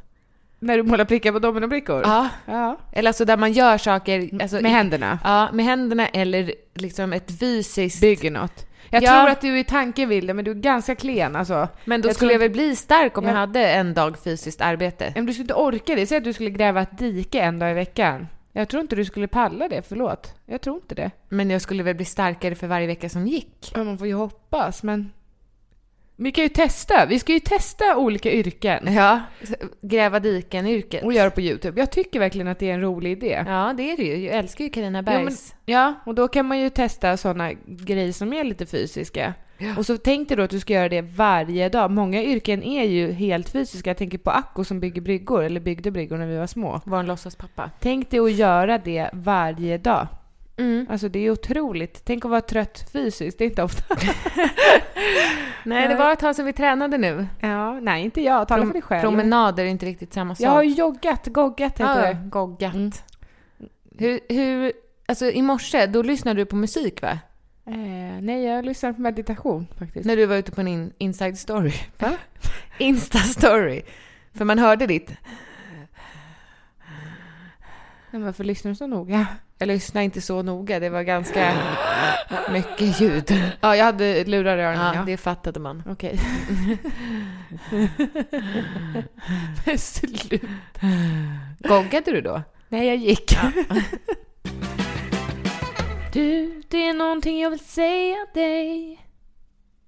Speaker 1: När du målar prickar på dominobrickor?
Speaker 2: Ja.
Speaker 1: ja.
Speaker 2: Eller alltså där man gör saker... Alltså,
Speaker 1: Med händerna?
Speaker 2: Ja, med händerna eller liksom ett fysiskt...
Speaker 1: Bygger något. Jag
Speaker 2: Ja.
Speaker 1: tror att du i tanken vill det, men du är ganska klen alltså.
Speaker 2: Men då
Speaker 1: Jag
Speaker 2: skulle
Speaker 1: tror-
Speaker 2: jag väl bli stark om
Speaker 1: Ja.
Speaker 2: jag hade en dag fysiskt arbete.
Speaker 1: Men du skulle inte orka det. Säg att du skulle gräva ett dike en dag i veckan. Jag tror inte du skulle palla det, förlåt. Jag tror inte det.
Speaker 2: Men jag skulle väl bli starkare för varje vecka som gick.
Speaker 1: Ja, man får ju hoppas, men... Vi kan ju testa. Vi ska ju testa olika yrken
Speaker 2: Ja. Gräva diken-yrket.
Speaker 1: och göra på Youtube. Jag tycker verkligen att det är en rolig idé.
Speaker 2: Ja, det är det ju. Jag älskar ju Carina
Speaker 1: Jo, men,
Speaker 2: Bergs.
Speaker 1: ja, och då kan man ju testa sådana grejer som är lite fysiska. Och så tänk dig då att du ska göra det varje dag. Många yrken är ju helt fysiska. Jag tänker på Acko som bygger bryggor, eller byggde bryggor när vi var små.
Speaker 2: Var en låtsaspappa.
Speaker 1: Tänk dig att göra det varje dag.
Speaker 2: Mm.
Speaker 1: Alltså det är otroligt. Tänk att vara trött fysiskt, det är inte ofta.
Speaker 2: Nej, det var ett tag sedan vi tränade nu.
Speaker 1: Ja, nej inte jag, tala för dig själv.
Speaker 2: Promenader är inte riktigt samma sak.
Speaker 1: jag har ju joggat, goggat heter
Speaker 2: Ja,
Speaker 1: det.
Speaker 2: goggat.
Speaker 1: Mm.
Speaker 2: Hur, hur, alltså i morse, då lyssnade du på musik va?
Speaker 1: Eh, nej, jag lyssnar på meditation faktiskt.
Speaker 2: När du var ute på din inside story. Insta story. För man hörde ditt
Speaker 1: Men varför lyssnar du så noga?
Speaker 2: Jag lyssnade inte så noga, det var ganska mycket ljud.
Speaker 1: Ja, jag hade lurar i öronen.
Speaker 2: Ja,
Speaker 1: Ja,
Speaker 2: det fattade man.
Speaker 1: Okej. Men sluta.
Speaker 2: Goggade du då?
Speaker 1: Nej, jag gick. du, det är någonting jag vill säga dig.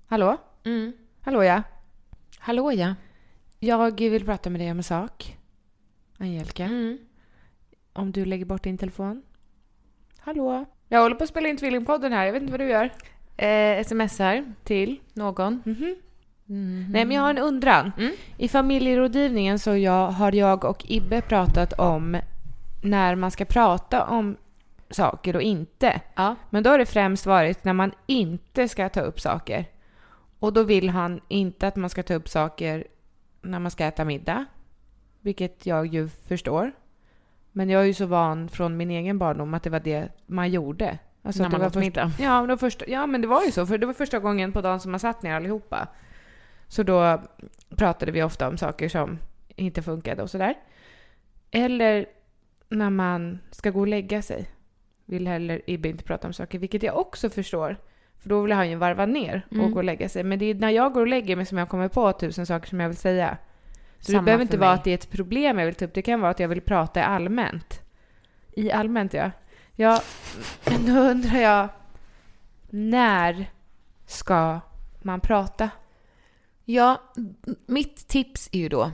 Speaker 1: Hallå?
Speaker 2: Mm.
Speaker 1: Hallå ja.
Speaker 2: Hallå ja.
Speaker 1: Jag vill prata med dig om en sak. Angelica.
Speaker 2: Mm.
Speaker 1: Om du lägger bort din telefon. Hallå? Jag håller på att spela in Tvillingpodden här. Jag vet inte vad du gör.
Speaker 2: Eh, smsar
Speaker 1: Till?
Speaker 2: någon.
Speaker 1: Nej, men jag har en undran.
Speaker 2: Mm.
Speaker 1: I familjerådgivningen så jag, har jag och Ibbe pratat om när man ska prata om saker och inte.
Speaker 2: Ja.
Speaker 1: Men då har det främst varit när man inte ska ta upp saker. Och då vill han inte att man ska ta upp saker när man ska äta middag. Vilket jag ju förstår. Men jag är ju så van från min egen barndom att det var det man gjorde. Alltså,
Speaker 2: När
Speaker 1: det
Speaker 2: man
Speaker 1: var
Speaker 2: åt
Speaker 1: först-
Speaker 2: middag.
Speaker 1: Ja, men det var första, ja, men det var ju så. För det var första gången på dagen som man satt ner allihopa. Så då pratade vi ofta om saker som inte funkade och sådär. Eller när man ska gå och lägga sig. Vill heller Ibbe inte prata om saker, vilket jag också förstår. För då vill han ju varva ner och
Speaker 2: Mm.
Speaker 1: gå och lägga sig. Men det är när jag går och lägger mig som jag kommer på tusen saker som jag vill säga. Så
Speaker 2: Samma
Speaker 1: det behöver inte
Speaker 2: för
Speaker 1: vara
Speaker 2: mig.
Speaker 1: att det är ett problem jag vill ta upp. Det kan vara att jag vill prata i allmänt. I allmänt, ja. Ja, men då undrar jag. När ska man prata?
Speaker 2: Ja, m- mitt tips är ju då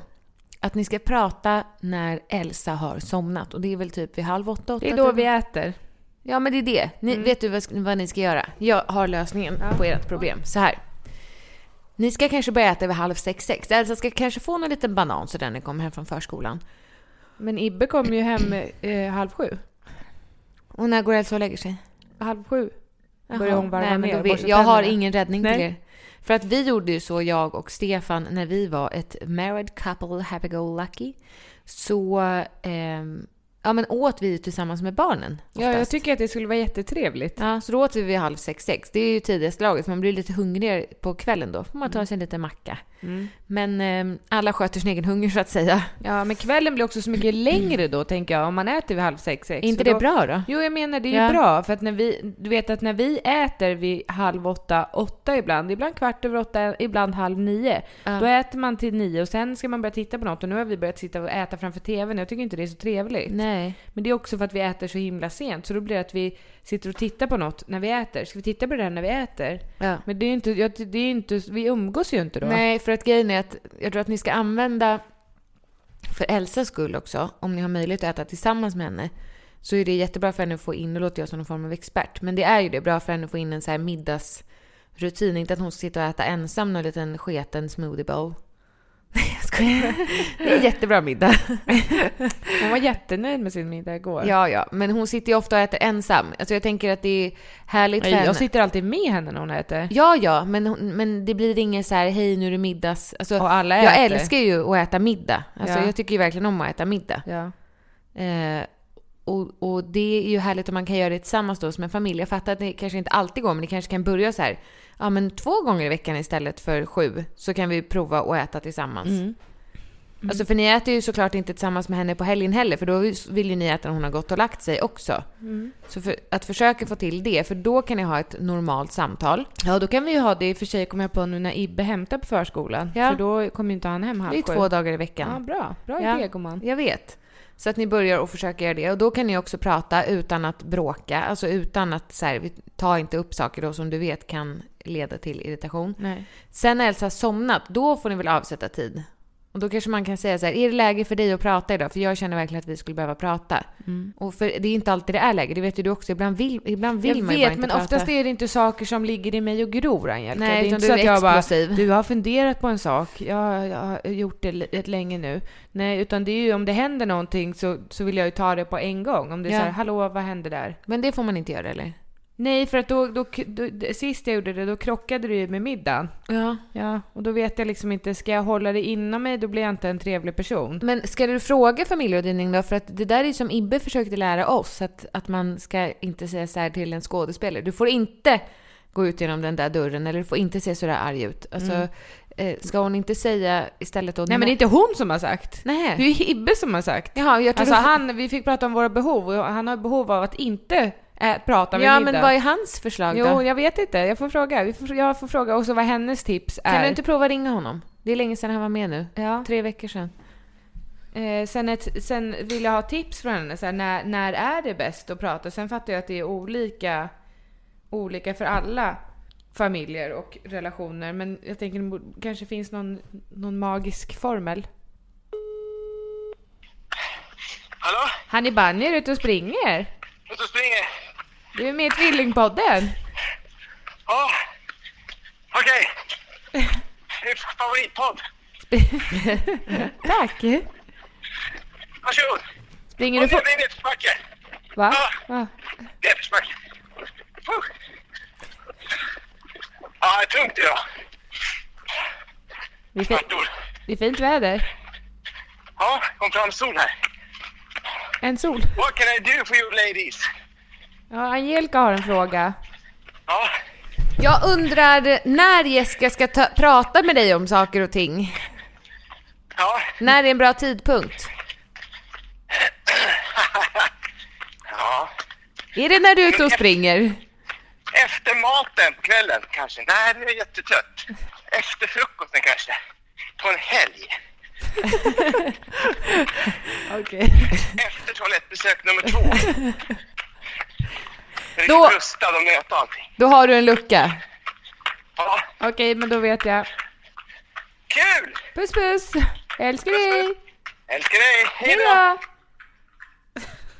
Speaker 2: att ni ska prata när Elsa har somnat. Och det är väl typ vid halv åtta, åtta?
Speaker 1: Det är då
Speaker 2: typ.
Speaker 1: vi äter.
Speaker 2: Ja, men det är det. Ni,
Speaker 1: Mm.
Speaker 2: Vet du vad, sk- vad ni ska göra? Jag har lösningen på ert problem. Så här. Ni ska kanske börja äta vid halv sex, sex. Elsa ska kanske få någon liten banan så när ni kommer hem från förskolan.
Speaker 1: Men Ibbe kommer ju hem eh, halv sju.
Speaker 2: Och när går Elsa och lägger sig?
Speaker 1: Halv sju. Börjar
Speaker 2: Jaha,
Speaker 1: hon varva
Speaker 2: nej, men
Speaker 1: ner.
Speaker 2: då
Speaker 1: och
Speaker 2: vet-
Speaker 1: borsta
Speaker 2: Jag har
Speaker 1: tänderna.
Speaker 2: ingen räddning till
Speaker 1: Nej.
Speaker 2: er. För att vi gjorde ju så, jag och Stefan, när vi var ett married couple, happy-go-lucky. Så ehm, ja, men åt vi ju tillsammans med barnen.
Speaker 1: Ja, jag
Speaker 2: oftast.
Speaker 1: tycker att det skulle vara jättetrevligt.
Speaker 2: Ja, så då åt vi vid halv sex, sex. Det är ju tidigaste laget, för man blir lite hungrigare på kvällen då. får man ta sig en liten macka. Men ehm, alla sköter sin egen hunger så att säga.
Speaker 1: Ja, men kvällen blir också så mycket längre då, tänker jag, om man äter vid halv sex, sex.
Speaker 2: Är inte
Speaker 1: För
Speaker 2: det
Speaker 1: då-
Speaker 2: bra då?
Speaker 1: Jo, jag menar det är ju
Speaker 2: Ja.
Speaker 1: bra, för att när vi, du vet att när vi äter vid halv åtta, åtta ibland, ibland kvart över åtta, ibland halv nio, då äter man till nio och sen ska man börja titta på något och nu har vi börjat sitta och äta framför tvn jag tycker inte det är så trevligt.
Speaker 2: Nej.
Speaker 1: Men det är också för att vi äter så himla sent, så då blir det att vi sitter och tittar på något när vi äter. Ska vi titta på det här när vi äter?
Speaker 2: Ja.
Speaker 1: Men det är ju inte, jag, det är ju inte, vi umgås ju inte då.
Speaker 2: Nej, för att grejen är att jag tror att ni ska använda, för Elsas skull också, om ni har möjlighet att äta tillsammans med henne, så är det jättebra för henne att få in, nu låter jag som någon form av expert, men det är ju det, bra för henne att få in en så här middagsrutin. Inte att hon ska sitta och äta ensam någon liten sketen smoothie bowl. Nej, jag skojar. Det är en jättebra middag.
Speaker 1: Hon var jättenöjd med sin middag igår.
Speaker 2: Ja, ja, men hon sitter ju ofta och äter ensam. Alltså jag tänker att det är härligt för
Speaker 1: Nej,
Speaker 2: henne.
Speaker 1: jag sitter alltid med henne när hon äter.
Speaker 2: Ja, ja, men, hon- men det blir inget så här, hej nu är det middags. Alltså,
Speaker 1: Och alla
Speaker 2: jag
Speaker 1: äter.
Speaker 2: älskar ju att äta middag. Alltså,
Speaker 1: Ja.
Speaker 2: Jag tycker ju verkligen om att äta middag.
Speaker 1: Ja.
Speaker 2: Eh, och, och det är ju härligt om man kan göra det tillsammans då som en familj. Jag fattar att det kanske inte alltid går, men det kanske kan börja så här. Ja, men två gånger i veckan istället för sju så kan vi prova att äta tillsammans.
Speaker 1: Mm.
Speaker 2: Alltså för ni äter ju såklart inte tillsammans med henne på helgen heller för då vill ju ni äta när hon har gått och lagt sig också.
Speaker 1: Mm.
Speaker 2: Så för, att försöka få till det, för då kan ni ha ett normalt samtal.
Speaker 1: ja, då kan vi ju ha det i och för sig, kommer jag på nu när Ibbe hämtar på förskolan.
Speaker 2: Ja.
Speaker 1: För då kommer ju inte han hem halv
Speaker 2: Det är
Speaker 1: sju.
Speaker 2: två dagar i veckan.
Speaker 1: Ja, bra. Bra
Speaker 2: Ja.
Speaker 1: idé, gumman.
Speaker 2: Jag vet. Så att ni börjar och försöker göra det. Och då kan ni också prata utan att bråka. Alltså utan att så här, vi- ta inte upp saker då som du vet kan leda till irritation.
Speaker 1: Nej.
Speaker 2: Sen när Elsa har somnat, då får ni väl avsätta tid. Och då kanske man kan säga så här, är det läge för dig att prata idag? För jag känner verkligen att vi skulle behöva prata.
Speaker 1: Mm.
Speaker 2: Och för det är inte alltid det är läge, det vet ju du också. Ibland vill, ibland vill
Speaker 1: jag
Speaker 2: man ju bara
Speaker 1: vet,
Speaker 2: inte
Speaker 1: men
Speaker 2: prata.
Speaker 1: oftast är det inte saker som ligger i mig och gror, Angelica.
Speaker 2: Nej,
Speaker 1: det är
Speaker 2: utan
Speaker 1: inte
Speaker 2: du
Speaker 1: så
Speaker 2: är
Speaker 1: att jag bara,
Speaker 2: explosiv.
Speaker 1: du har funderat på en sak, jag, jag har gjort det rätt länge nu. Nej, utan det är ju om det händer någonting så, så vill jag ju ta det på en gång. Om det är
Speaker 2: Ja.
Speaker 1: så här, hallå, vad hände där?
Speaker 2: Men det får man inte göra eller?
Speaker 1: Nej, för att då, då, då, sist jag gjorde det, då krockade det ju med middagen.
Speaker 2: Ja.
Speaker 1: Ja, och då vet jag liksom inte, ska jag hålla det inom mig då blir jag inte en trevlig person.
Speaker 2: Men ska du fråga familjerådgivning då? För att det där är ju som Ibbe försökte lära oss, att, att man ska inte säga så här till en skådespelare. Du får inte gå ut genom den där dörren eller du får inte se sådär arg ut. Alltså, eh, ska hon inte säga istället då...
Speaker 1: Mm. Nej men det är inte hon som har sagt.
Speaker 2: Nej.
Speaker 1: Det är ju Ibbe som har sagt.
Speaker 2: Jaha, jag tror
Speaker 1: Alltså
Speaker 2: du-
Speaker 1: han, vi fick prata om våra behov och han har behov av att inte äh, prata vid
Speaker 2: Ja,
Speaker 1: middag.
Speaker 2: men vad är hans förslag då?
Speaker 1: Jo, jag vet inte. Jag får fråga. Vi får, jag får fråga också vad hennes tips är.
Speaker 2: Kan du inte prova ringa honom? Det är länge sedan han var med nu.
Speaker 1: Ja.
Speaker 2: Tre veckor sedan.
Speaker 1: Eh, sen, ett, sen vill jag ha tips från henne. Så här, när, när är det bäst att prata? Sen fattar jag att det är olika, olika för alla familjer och relationer. Men jag tänker det borde- kanske finns någon, någon magisk formel.
Speaker 3: Hallå?
Speaker 1: Han är banne är du ute och springer.
Speaker 3: Ut och springer?
Speaker 1: Du är med i Tvillingpodden.
Speaker 3: Ja. Okej. Min favoritpodd.
Speaker 1: Tack.
Speaker 3: Varsågod.
Speaker 1: Springer
Speaker 3: Ja,
Speaker 1: du
Speaker 3: Det
Speaker 1: fort?
Speaker 3: är nedförsbacke.
Speaker 1: Va?
Speaker 3: Ja.
Speaker 1: Va?
Speaker 3: Nedförsbacke. Puh. Ja, det är tungt idag.
Speaker 1: Det är, fi-
Speaker 3: Svartol.
Speaker 1: det är fint väder.
Speaker 3: Ja, kom fram sol här.
Speaker 1: En sol.
Speaker 3: What can I do for you ladies?
Speaker 1: Ja, Angelica har en fråga.
Speaker 3: Ja.
Speaker 2: Jag undrar när Jessica ska ta- prata med dig om saker och ting.
Speaker 3: Ja.
Speaker 2: När är en bra tidpunkt?
Speaker 3: Ja.
Speaker 2: Är det när du är ute och springer?
Speaker 3: Efter maten på kvällen kanske? Nej, nu är jag jättetrött. Efter frukosten kanske? Ta en helg.
Speaker 1: Okej.
Speaker 3: Efter toalettbesök nummer två.
Speaker 2: Då-
Speaker 3: Riktigt rustad och möta allting.
Speaker 2: Då har du en lucka.
Speaker 3: Ja,
Speaker 1: Okej, men då vet jag.
Speaker 3: kul!
Speaker 1: Puss puss! Jag älskar dig!
Speaker 3: Älskar dig! Hej då!
Speaker 1: Hejdå!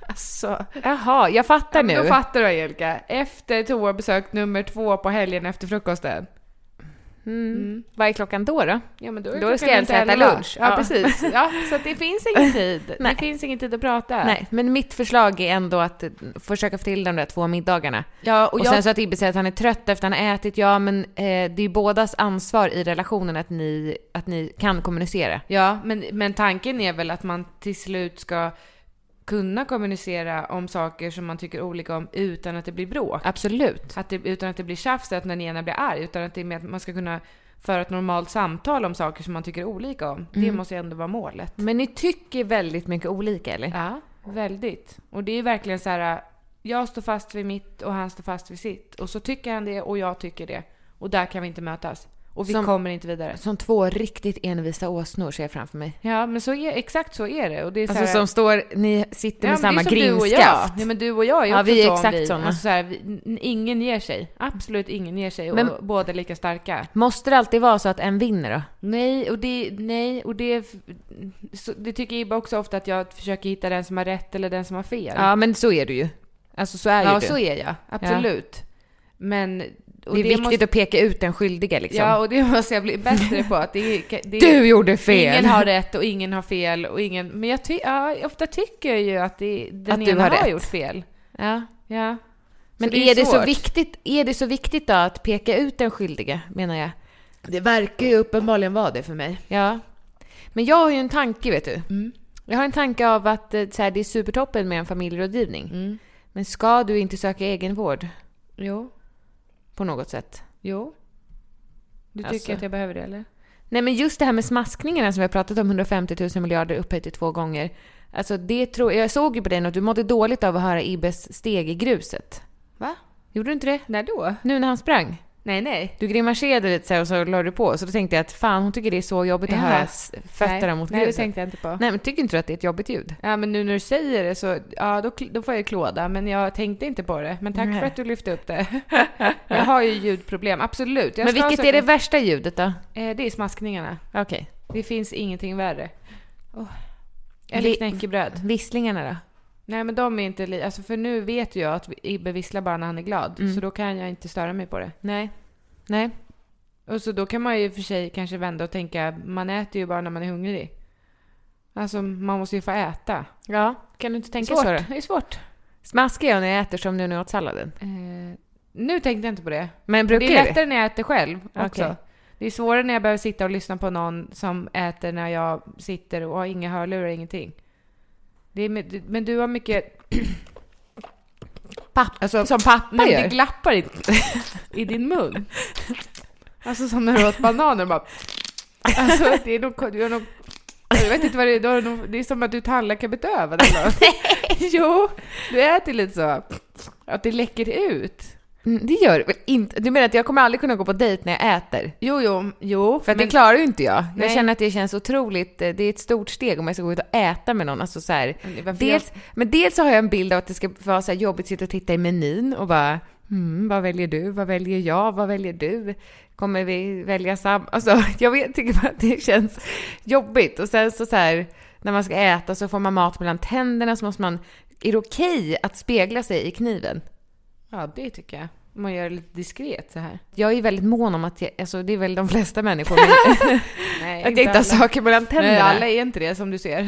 Speaker 1: Alltså.
Speaker 2: Jaha, jag fattar
Speaker 1: Då
Speaker 2: nu.
Speaker 1: fattar du Angelica. Efter toabesök nummer två på helgen efter frukosten.
Speaker 2: Vad är klockan då då?
Speaker 1: Ja, men då,
Speaker 2: Då
Speaker 1: klockan
Speaker 2: ska jag
Speaker 1: inte
Speaker 2: ens äta
Speaker 1: elva.
Speaker 2: lunch.
Speaker 1: Ja,
Speaker 2: Ja.
Speaker 1: precis. Ja, så att det finns ingen tid.
Speaker 2: Nej.
Speaker 1: Det finns ingen tid att prata.
Speaker 2: Nej, men mitt förslag är ändå att eh, försöka få till de där två middagarna.
Speaker 1: Ja, och
Speaker 2: Och,
Speaker 1: jag-
Speaker 2: sen så att Ibbe säger att han är trött efter han har ätit. Ja, men eh, det är ju bådas ansvar i relationen att ni, att ni kan kommunicera.
Speaker 1: Ja, men, men tanken är väl att man till slut ska kunna kommunicera om saker som man tycker olika om utan att det blir bråk.
Speaker 2: Absolut.
Speaker 1: Att det, utan att det blir tjafs, att den ena blir arg. Utan att det är med att man ska kunna föra ett normalt samtal om saker som man tycker olika om.
Speaker 2: Mm.
Speaker 1: Det måste ju ändå vara målet.
Speaker 2: Men ni tycker väldigt mycket olika, eller?
Speaker 1: Ja, väldigt. Och det är ju verkligen så här, jag står fast vid mitt och han står fast vid sitt. Och så tycker han det och jag tycker det. Och där kan vi inte mötas. Och vi
Speaker 2: Som-
Speaker 1: kommer inte vidare.
Speaker 2: Som två riktigt envisa åsnor ser jag framför mig.
Speaker 1: Ja, men så är, exakt så är det. Och det är så
Speaker 2: Alltså
Speaker 1: här,
Speaker 2: som står, ni sitter
Speaker 1: Ja,
Speaker 2: med
Speaker 1: men
Speaker 2: samma
Speaker 1: det är som du och jag.
Speaker 2: grinskaft.
Speaker 1: Ja, men du och jag är
Speaker 2: Ja,
Speaker 1: också
Speaker 2: vi är
Speaker 1: sån
Speaker 2: exakt
Speaker 1: vi.
Speaker 2: sådana.
Speaker 1: Alltså så här, vi, n- ingen ger sig. Absolut ingen ger sig.
Speaker 2: Men-
Speaker 1: och båda är lika starka.
Speaker 2: Måste det alltid vara så att en vinner då?
Speaker 1: Nej, och det, nej, och det, så, det tycker Ibba också ofta att jag försöker hitta den som har rätt eller den som har fel.
Speaker 2: Ja, men så är du ju. Alltså så är ju
Speaker 1: ja
Speaker 2: du.
Speaker 1: så är jag. Absolut. Men... och
Speaker 2: det är viktigt
Speaker 1: måste,
Speaker 2: att peka ut den skyldiga liksom.
Speaker 1: Ja, och det måste jag bli bättre på. Att det, är- det, är-
Speaker 2: Du gjorde fel!
Speaker 1: Ingen har rätt och ingen har fel och ingen... Men jag ty, ja, ofta tycker jag ju att det, den
Speaker 2: Att du
Speaker 1: ena
Speaker 2: har
Speaker 1: har,
Speaker 2: rätt.
Speaker 1: gjort fel.
Speaker 2: Ja.
Speaker 1: Ja.
Speaker 2: Men
Speaker 1: Så
Speaker 2: är, det så
Speaker 1: svårt.
Speaker 2: viktigt, är det så viktigt då att peka ut den skyldiga, menar jag?
Speaker 1: Det verkar ju uppenbarligen vara det för mig. Mm.
Speaker 2: Ja. Men jag har ju en tanke, vet du. Jag har en tanke av att eh, så här, det är supertoppen med en familjerådgivning. Men ska du inte söka egenvård
Speaker 1: Mm. Jo,
Speaker 2: på något sätt?
Speaker 1: jo. Du tycker
Speaker 2: Alltså.
Speaker 1: att jag behöver det eller?
Speaker 2: Nej men just det här med smaskningarna som vi har pratat om, 150 000 miljarder upphöjt till två gånger. Alltså det tror jag, såg ju på dig att du mådde dåligt av att höra Ibbes steg i gruset.
Speaker 1: Va?
Speaker 2: Gjorde du inte det?
Speaker 1: När då?
Speaker 2: Nu när han sprang.
Speaker 1: Nej, nej.
Speaker 2: Du grimaserade lite så här och så la du på, så då tänkte jag att fan hon tycker det är så jobbigt att
Speaker 1: Jaha.
Speaker 2: höra s- fötterna
Speaker 1: nej,
Speaker 2: mot
Speaker 1: Nej, det
Speaker 2: gruset.
Speaker 1: tänkte jag inte på.
Speaker 2: Nej men tycker inte du att det är ett jobbigt ljud?
Speaker 1: Ja, men nu när du säger det så, ja då, kl- då får jag ju klåda. Men jag tänkte inte på det. Men tack
Speaker 2: Nej.
Speaker 1: för att du lyfte upp det. jag har ju ljudproblem, absolut. Jag
Speaker 2: men
Speaker 1: ska
Speaker 2: vilket
Speaker 1: söka-
Speaker 2: är det värsta ljudet då?
Speaker 1: Eh, det är smaskningarna.
Speaker 2: Okej.
Speaker 1: Det finns ingenting värre. Oh.
Speaker 2: Vi-
Speaker 1: Eller knäckebröd.
Speaker 2: Visslingarna då?
Speaker 1: Nej, men de är inte li- Alltså, för nu vet jag att Ibbe visslar bara när han är glad. Så då kan jag inte störa mig på det.
Speaker 2: Mm. Nej. Nej.
Speaker 1: Och så då kan man ju i och för sig kanske vända och tänka, man äter ju bara när man är hungrig. Alltså man måste ju få äta.
Speaker 2: Ja. Kan du inte tänka
Speaker 1: svårt.
Speaker 2: så då?
Speaker 1: det är svårt.
Speaker 2: Smaskar jag när jag äter som nu när jag åt salladen?
Speaker 1: Eh, nu tänkte jag inte på det.
Speaker 2: Men brukar
Speaker 1: det är
Speaker 2: du?
Speaker 1: lättare när jag äter själv också.
Speaker 2: Okej.
Speaker 1: Det är svårare när jag behöver sitta och lyssna på någon som äter när jag sitter och har inga hörlurar, ingenting. Det är, med- men du har mycket...
Speaker 2: papp,
Speaker 1: Alltså,
Speaker 2: som pappa
Speaker 1: Men det
Speaker 2: gör.
Speaker 1: glappar i, i din mun. Alltså som när du åt bananer bara... Alltså det är nog... Du har nog jag vet inte vad det är, du har nog, det är som att du är tandläkarbetövad eller något. Jo, du äter lite så. Att det läcker ut.
Speaker 2: Mm, det gör det väl inte? Du menar att jag kommer aldrig kunna gå på dejt när jag äter?
Speaker 1: Jo, jo, jo.
Speaker 2: För att
Speaker 1: men-
Speaker 2: det klarar ju inte jag.
Speaker 1: Nej.
Speaker 2: Jag känner att det känns otroligt, eh, det är ett stort steg om jag ska gå ut och äta med någon. Alltså så här,
Speaker 1: Men varför
Speaker 2: dels, men dels har jag en bild av att det ska vara så här jobbigt att sitta och titta i menyn och bara mm, vad väljer du? Vad väljer jag? Vad väljer du? Kommer vi välja samma? Alltså jag vet, tycker bara att det känns jobbigt. Och sen så, så här, när man ska äta så får man mat mellan tänderna så måste man, är det okej att spegla sig i kniven?
Speaker 1: Ja, det tycker jag. Man gör det lite diskret så här.
Speaker 2: Jag är väldigt mån om att, jag, alltså det är väl de flesta människor, men
Speaker 1: Nej,
Speaker 2: att jag inte har
Speaker 1: alla.
Speaker 2: saker mellan tänderna.
Speaker 1: Nej, alla är inte det som du ser.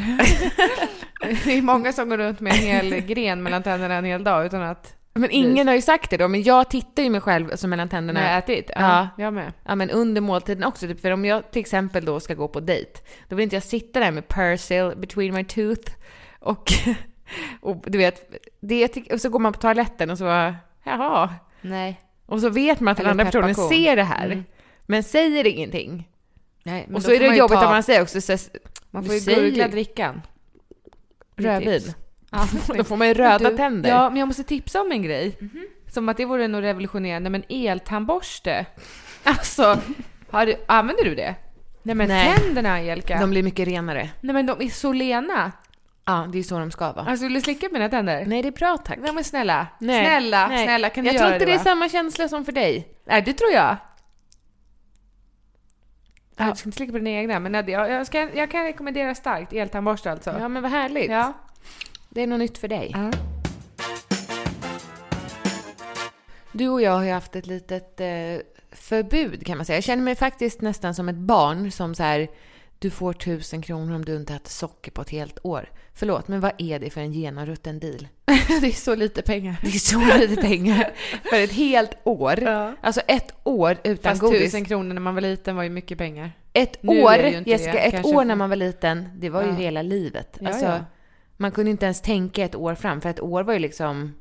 Speaker 1: det är många som går runt med en hel gren mellan tänderna en hel dag utan att...
Speaker 2: Men ingen har ju sagt det då, men jag tittar ju mig själv alltså mellan tänderna.
Speaker 1: Nej, ätit. Ja,
Speaker 2: Ja.
Speaker 1: jag med.
Speaker 2: Ja men under måltiden också, typ, för om jag till exempel då ska gå på dejt, då vill inte jag sitta där med Persil between my tooth och, och du vet, det, jag tycker- och så går man på toaletten och så bara, jaha.
Speaker 1: Nej.
Speaker 2: Och så vet man att den
Speaker 1: Eller
Speaker 2: andra personen
Speaker 1: pepparkorn.
Speaker 2: ser det här,
Speaker 1: Mm.
Speaker 2: men säger ingenting.
Speaker 1: Nej, men
Speaker 2: och
Speaker 1: då
Speaker 2: så är
Speaker 1: får
Speaker 2: det
Speaker 1: man ju
Speaker 2: jobbigt
Speaker 1: ta-
Speaker 2: om man säger också, så,
Speaker 1: Man
Speaker 2: Du
Speaker 1: får ju
Speaker 2: säger
Speaker 1: gurgla
Speaker 2: ju-
Speaker 1: drickan.
Speaker 2: rödvin.
Speaker 1: Ja,
Speaker 2: Då får man ju röda
Speaker 1: du,
Speaker 2: tänder.
Speaker 1: Ja, men jag måste tipsa om en grej.
Speaker 2: Mhm.
Speaker 1: Som att det vore nog revolutionerande, men eltandborste. Alltså, har du, använder du det? Nej men
Speaker 2: Nej.
Speaker 1: tänderna Angelica.
Speaker 2: De blir mycket renare.
Speaker 1: Nej men de är så lena.
Speaker 2: Ja, det är så de ska vara.
Speaker 1: Alltså vill du slicka mina tänder?
Speaker 2: Nej, det är bra tack.
Speaker 1: Nej men snälla,
Speaker 2: Nej.
Speaker 1: snälla,
Speaker 2: Nej.
Speaker 1: snälla kan du
Speaker 2: Jag
Speaker 1: göra
Speaker 2: tror inte det är
Speaker 1: va?
Speaker 2: samma känsla som för dig.
Speaker 1: Nej det tror jag.
Speaker 2: Ah.
Speaker 1: Ja. Du ska inte slicka på dina egna, men nej, det- jag, jag, ska, jag kan rekommendera starkt eltandborste alltså.
Speaker 2: Ja men vad härligt.
Speaker 1: Ja.
Speaker 2: Det är något nytt för dig.
Speaker 1: Ja.
Speaker 2: Du och jag har ju haft ett litet eh, förbud kan man säga. Jag känner mig faktiskt nästan som ett barn som så här, du får tusen kronor om du inte äter socker på ett helt år. Förlåt, men vad är det för en genomrutten deal?
Speaker 1: det är så lite pengar.
Speaker 2: Det är så lite pengar för ett helt år.
Speaker 1: Ja.
Speaker 2: Alltså ett år utan
Speaker 1: Fast
Speaker 2: godis.
Speaker 1: tusen kronor när man var liten var ju mycket pengar.
Speaker 2: Ett
Speaker 1: Nu är
Speaker 2: år,
Speaker 1: det ju inte
Speaker 2: Jessica,
Speaker 1: det,
Speaker 2: ett
Speaker 1: kanske
Speaker 2: år
Speaker 1: för-
Speaker 2: när man var liten, det var ju
Speaker 1: Ja.
Speaker 2: hela livet.
Speaker 1: Ja,
Speaker 2: alltså,
Speaker 1: ja.
Speaker 2: Man kunde inte ens tänka ett år fram, för ett år var ju liksom,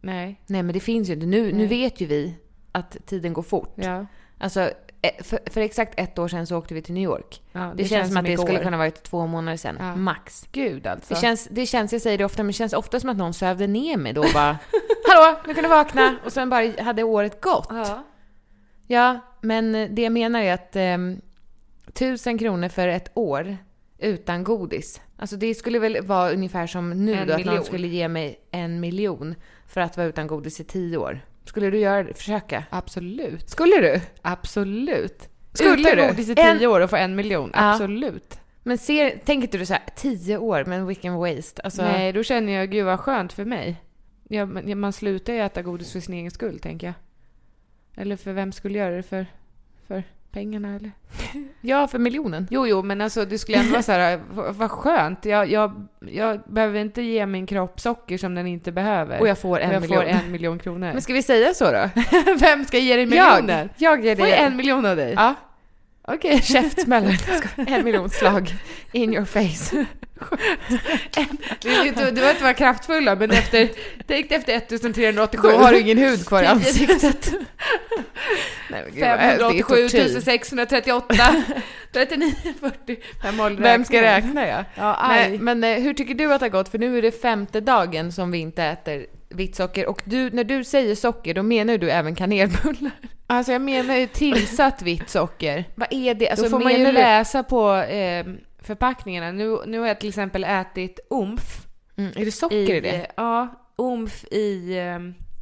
Speaker 1: Nej.
Speaker 2: nej men det finns ju inte. Nu, nu vet ju vi att tiden går fort.
Speaker 1: Ja.
Speaker 2: Alltså, eh, för, för exakt ett år sedan så åkte vi till New York.
Speaker 1: Ja,
Speaker 2: det, känns som att det
Speaker 1: igår.
Speaker 2: skulle kunna varit två månader sedan,
Speaker 1: Ja.
Speaker 2: max.
Speaker 1: Gud alltså.
Speaker 2: Det känns, det känns, jag säger det ofta, men det känns ofta som att någon sövde ner mig då och bara Hallå, nu kan du vakna! Och sen bara hade året gått.
Speaker 1: Ja.
Speaker 2: Ja, men det jag menar är att ehm, tusen kronor för ett år utan godis. Alltså det skulle väl vara ungefär som nu
Speaker 1: En
Speaker 2: då, att
Speaker 1: miljon.
Speaker 2: någon skulle ge mig en miljon för att vara utan godis i tio år. Skulle du göra det? Försöka?
Speaker 1: Absolut.
Speaker 2: Skulle du?
Speaker 1: Absolut.
Speaker 2: Skulle
Speaker 1: Utan
Speaker 2: du?
Speaker 1: godis i
Speaker 2: En-
Speaker 1: tio år och få en miljon.
Speaker 2: Ja.
Speaker 1: Absolut.
Speaker 2: Men ser, tänker inte du så här, tio år, men vilken waste. Alltså,
Speaker 1: Nej, då känner jag gud vad skönt för mig. Ja, men- ja, man slutar ju äta godis för sin egen skull, tänker jag. Eller för vem skulle göra det för? För pengarna eller?
Speaker 2: Ja, för miljonen.
Speaker 1: Jo, jo, men alltså det skulle ändå vara så här, v- vad skönt. Jag, jag, jag behöver inte ge min kropp socker som den inte behöver.
Speaker 2: Och jag får en
Speaker 1: Och jag
Speaker 2: miljon.
Speaker 1: får en miljon kronor.
Speaker 2: Men ska vi säga så då?
Speaker 1: vem ska ge dig miljoner?
Speaker 2: Jag, jag ger
Speaker 1: Får
Speaker 2: dig
Speaker 1: jag en miljon av dig?
Speaker 2: Ja.
Speaker 1: Okej.
Speaker 2: Käftsmällen. en miljon slag. In your face.
Speaker 1: Du, du, du behöver inte vara kraftfulla, men efter, tänk dig efter 1387 har du
Speaker 2: ingen hud
Speaker 1: Typ
Speaker 2: kvar i ansiktet. Nej, men gud, vad hemskt. Det är
Speaker 1: 587
Speaker 2: tortyr.
Speaker 1: 638 39 40. Vem, håller
Speaker 2: Vem ska
Speaker 1: räkningen?
Speaker 2: räkna ja?
Speaker 1: Ja,
Speaker 2: Nej,
Speaker 1: aj.
Speaker 2: men eh, hur tycker du att det har gått? För nu är det femte dagen som vi inte äter vitt socker. Och du, när du säger socker, då menar ju du även kanelbullar.
Speaker 1: Alltså jag menar ju tillsatt vitt socker.
Speaker 2: Vad är det? Alltså,
Speaker 1: Då får man ju
Speaker 2: menar du-
Speaker 1: läsa på eh, förpackningarna. Nu, nu har jag till exempel ätit omf.
Speaker 2: Mm, är det socker i det?
Speaker 1: Ja, omf i eh,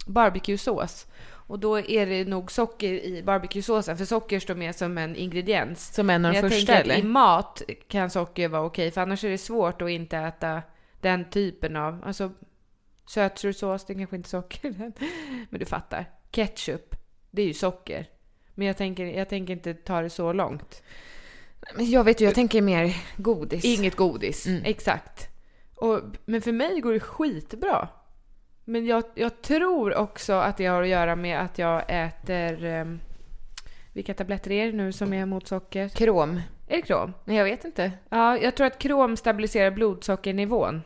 Speaker 1: barbecuesås. Och då är det nog socker i barbecuesåsen, för socker står med som en ingrediens.
Speaker 2: Som en av de
Speaker 1: jag
Speaker 2: första
Speaker 1: tänker att i
Speaker 2: eller?
Speaker 1: mat kan socker vara okej, för annars är det svårt att inte äta den typen av... Alltså, sötsursås, det är kanske inte socker. Men du fattar. Ketchup, det är ju socker. Men jag tänker, jag tänker inte ta det så långt.
Speaker 2: Men jag vet ju, jag tänker mer godis. Mm.
Speaker 1: Inget godis. Exakt. Och, men för mig går det skitbra. Men jag, jag tror också att det har att göra med att jag äter... ehm, vilka tabletter är det nu som är mot socker?
Speaker 2: Krom.
Speaker 1: Är det krom?
Speaker 2: Nej, jag vet inte.
Speaker 1: Ja, jag tror att krom stabiliserar blodsockernivån.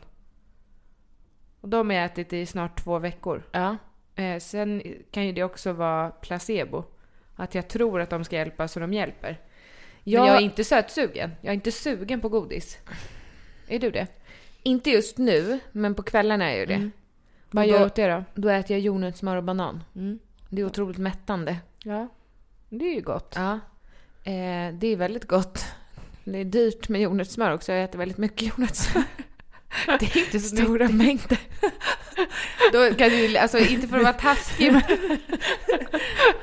Speaker 1: Och de har jag ätit i snart två veckor.
Speaker 2: Ja.
Speaker 1: Eh, sen kan ju det också vara placebo. Att jag tror att de ska hjälpa så de hjälper.
Speaker 2: Jag,
Speaker 1: Men jag är inte sötsugen. Jag är inte sugen på godis. Är du det?
Speaker 2: inte just nu, men på kvällarna är jag ju det.
Speaker 1: Mm. Vad
Speaker 2: Då-
Speaker 1: gör du åt det då? Mm.
Speaker 2: Då äter jag jordnötssmör och banan. Det är otroligt mättande.
Speaker 1: Ja. Det är ju gott.
Speaker 2: Ja. Eh, det är väldigt gott. Det är dyrt med jordnötssmör också. Jag äter väldigt mycket jordnötssmör.
Speaker 1: Det är inte så
Speaker 2: Stora mängder.
Speaker 1: Då kan du, alltså inte för att vara taskig men...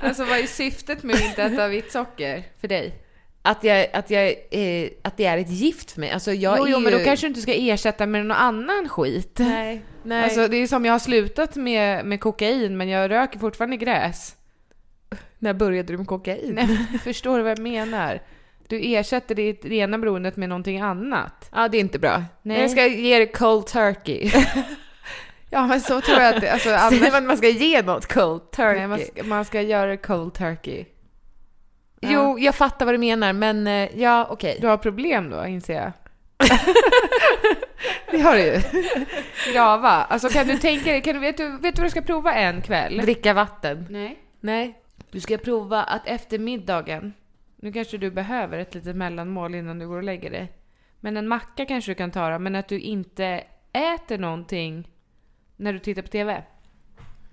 Speaker 1: Alltså vad är syftet med att inte äta vitt socker för dig?
Speaker 2: Att, jag, att, jag, eh, att det är ett gift för mig. Alltså jag
Speaker 1: Jo,
Speaker 2: är
Speaker 1: jo,
Speaker 2: ju...
Speaker 1: men då kanske du inte ska ersätta med någon annan skit.
Speaker 2: Nej, nej.
Speaker 1: Alltså det är som jag har slutat med, med kokain men jag röker fortfarande gräs.
Speaker 2: när började du med kokain?
Speaker 1: Nej, men förstår du vad jag menar? Du ersätter ditt rena beroendet med någonting annat.
Speaker 2: Ja, det är inte bra.
Speaker 1: Nej.
Speaker 2: Jag ska ge det cold turkey.
Speaker 1: Ja men så tror jag att det, alltså,
Speaker 2: Säger
Speaker 1: annars,
Speaker 2: man att man ska ge något cold turkey?
Speaker 1: nej, man, ska, man ska göra cold turkey.
Speaker 2: Jo, jag fattar vad du menar, men eh, ja, okej.
Speaker 1: Du har problem då, inser jag. det har du ju. Grava. Alltså kan du tänka dig, kan du, vet, du, vet du vad du ska prova en kväll?
Speaker 2: Dricka vatten.
Speaker 1: Nej.
Speaker 2: Nej.
Speaker 1: Du ska prova att efter middagen, nu kanske du behöver ett litet mellanmål innan du går och lägger dig. Men en macka kanske du kan ta då, men att du inte äter någonting när du tittar på TV.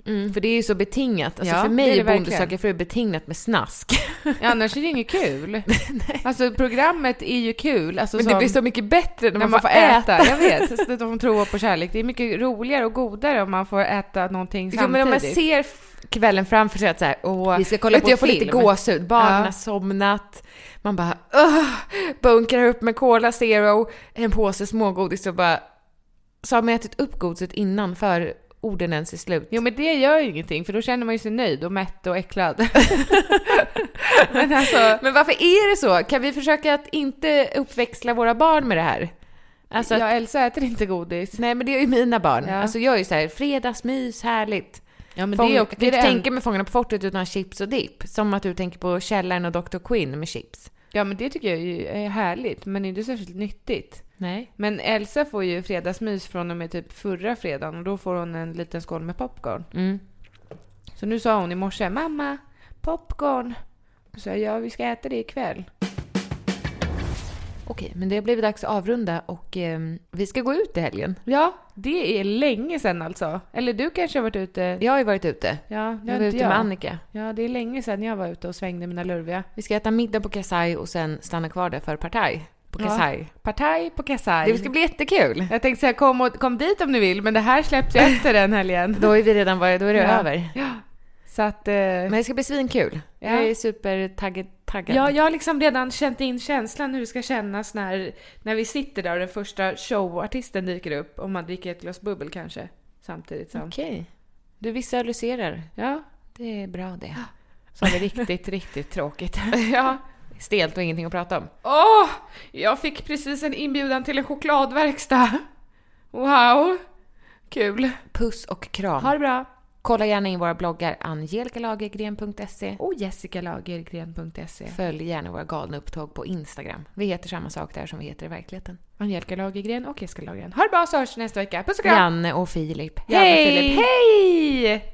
Speaker 2: Mm, för det är ju så betingat. Alltså
Speaker 1: Ja,
Speaker 2: för
Speaker 1: det är
Speaker 2: mig
Speaker 1: det
Speaker 2: är Bonde
Speaker 1: verkligen.
Speaker 2: söker fru betingat med snask.
Speaker 1: Ja, annars är det inget kul. Alltså programmet är ju kul. Alltså,
Speaker 2: Men det
Speaker 1: som-
Speaker 2: blir så mycket bättre när man, får äta.
Speaker 1: Jag vet, så att de tror på kärlek. Det är mycket roligare och godare om man får äta någonting
Speaker 2: Jo, men om man
Speaker 1: samtidigt.
Speaker 2: ser f- kvällen framför sig att så här, åh,
Speaker 1: Vi ska kolla
Speaker 2: vet
Speaker 1: på
Speaker 2: du, jag får lite
Speaker 1: film.
Speaker 2: gåshud, barnen
Speaker 1: Ja.
Speaker 2: har somnat, man bara åh, bunkrar upp med Cola Zero, en påse smågodis och bara så har man ätit upp godiset innan för orden ens är slut.
Speaker 1: Jo men det gör ju ingenting för då känner man ju sig nöjd och mätt och äcklad. men alltså,
Speaker 2: Men varför är det så? Kan vi försöka att inte uppväxla våra barn med det här? Alltså,
Speaker 1: jag Elsa äter inte godis.
Speaker 2: nej men det är ju mina barn.
Speaker 1: Ja.
Speaker 2: Alltså jag är ju så här, fredagsmys, härligt.
Speaker 1: Ja
Speaker 2: Men
Speaker 1: men
Speaker 2: Fång,
Speaker 1: det är
Speaker 2: jag
Speaker 1: också,
Speaker 2: kan
Speaker 1: det är
Speaker 2: inte
Speaker 1: det en,
Speaker 2: tänka mig Fångarna på fortet utan chips och dipp. Som att du tänker på Källaren och Dr. Quinn med chips.
Speaker 1: Ja men det tycker jag ju är härligt men inte särskilt nyttigt.
Speaker 2: Nej.
Speaker 1: Men Elsa får ju fredagsmys från och med typ förra fredagen och då får hon en liten skål med popcorn.
Speaker 2: Mm.
Speaker 1: Så nu sa hon i morse, mamma, popcorn. Så sa jag, ja vi ska äta det ikväll.
Speaker 2: Okej, men det har blivit dags att avrunda och ehm, vi ska gå ut i helgen.
Speaker 1: Ja, det är länge sedan alltså. Eller du kanske har varit ute?
Speaker 2: Jag har ju varit ute.
Speaker 1: Ja, det
Speaker 2: Jag
Speaker 1: har
Speaker 2: var
Speaker 1: inte
Speaker 2: ute
Speaker 1: jag.
Speaker 2: med Annika.
Speaker 1: Ja, det är länge sedan jag var ute och svängde mina lurviga.
Speaker 2: Vi ska äta middag på Kasai och sen stanna kvar där för partaj på
Speaker 1: Ja.
Speaker 2: Kasai.
Speaker 1: Partaj på Kasai.
Speaker 2: Det ska bli jättekul.
Speaker 1: Jag tänkte säga kom, och, kom dit om ni vill, men det här släpps ju efter den helgen.
Speaker 2: Då är vi redan varit, då är det
Speaker 1: Ja.
Speaker 2: över.
Speaker 1: Ja. Så att... eh,
Speaker 2: Men det ska bli svinkul.
Speaker 1: Ja.
Speaker 2: Jag är supertaggad. taggad.
Speaker 1: ja, jag har liksom redan känt in känslan hur det ska kännas när, när vi sitter där och den första showartisten dyker upp och man dricker ett glas bubbel kanske samtidigt som...
Speaker 2: Okej. Du visualiserar.
Speaker 1: Ja,
Speaker 2: Det är bra det.
Speaker 1: så har vi riktigt, riktigt tråkigt.
Speaker 2: Ja. Stelt och ingenting att prata om.
Speaker 1: Åh! jag fick precis en inbjudan till en chokladverkstad. Wow! Kul.
Speaker 2: Puss och kram.
Speaker 1: Ha det bra.
Speaker 2: Kolla gärna in våra bloggar angelikalagergren.se.
Speaker 1: och jessicalagergren.se.
Speaker 2: Följ gärna våra galna upptåg på Instagram. Vi heter samma sak där som vi heter i verkligheten.
Speaker 1: Angelica Lagergren och Jessica Lagergren. Ha det bra så hörs vi nästa vecka. Puss och kram!
Speaker 2: Janne och Filip.
Speaker 1: Hej!
Speaker 2: Janne och Filip.
Speaker 1: Hej!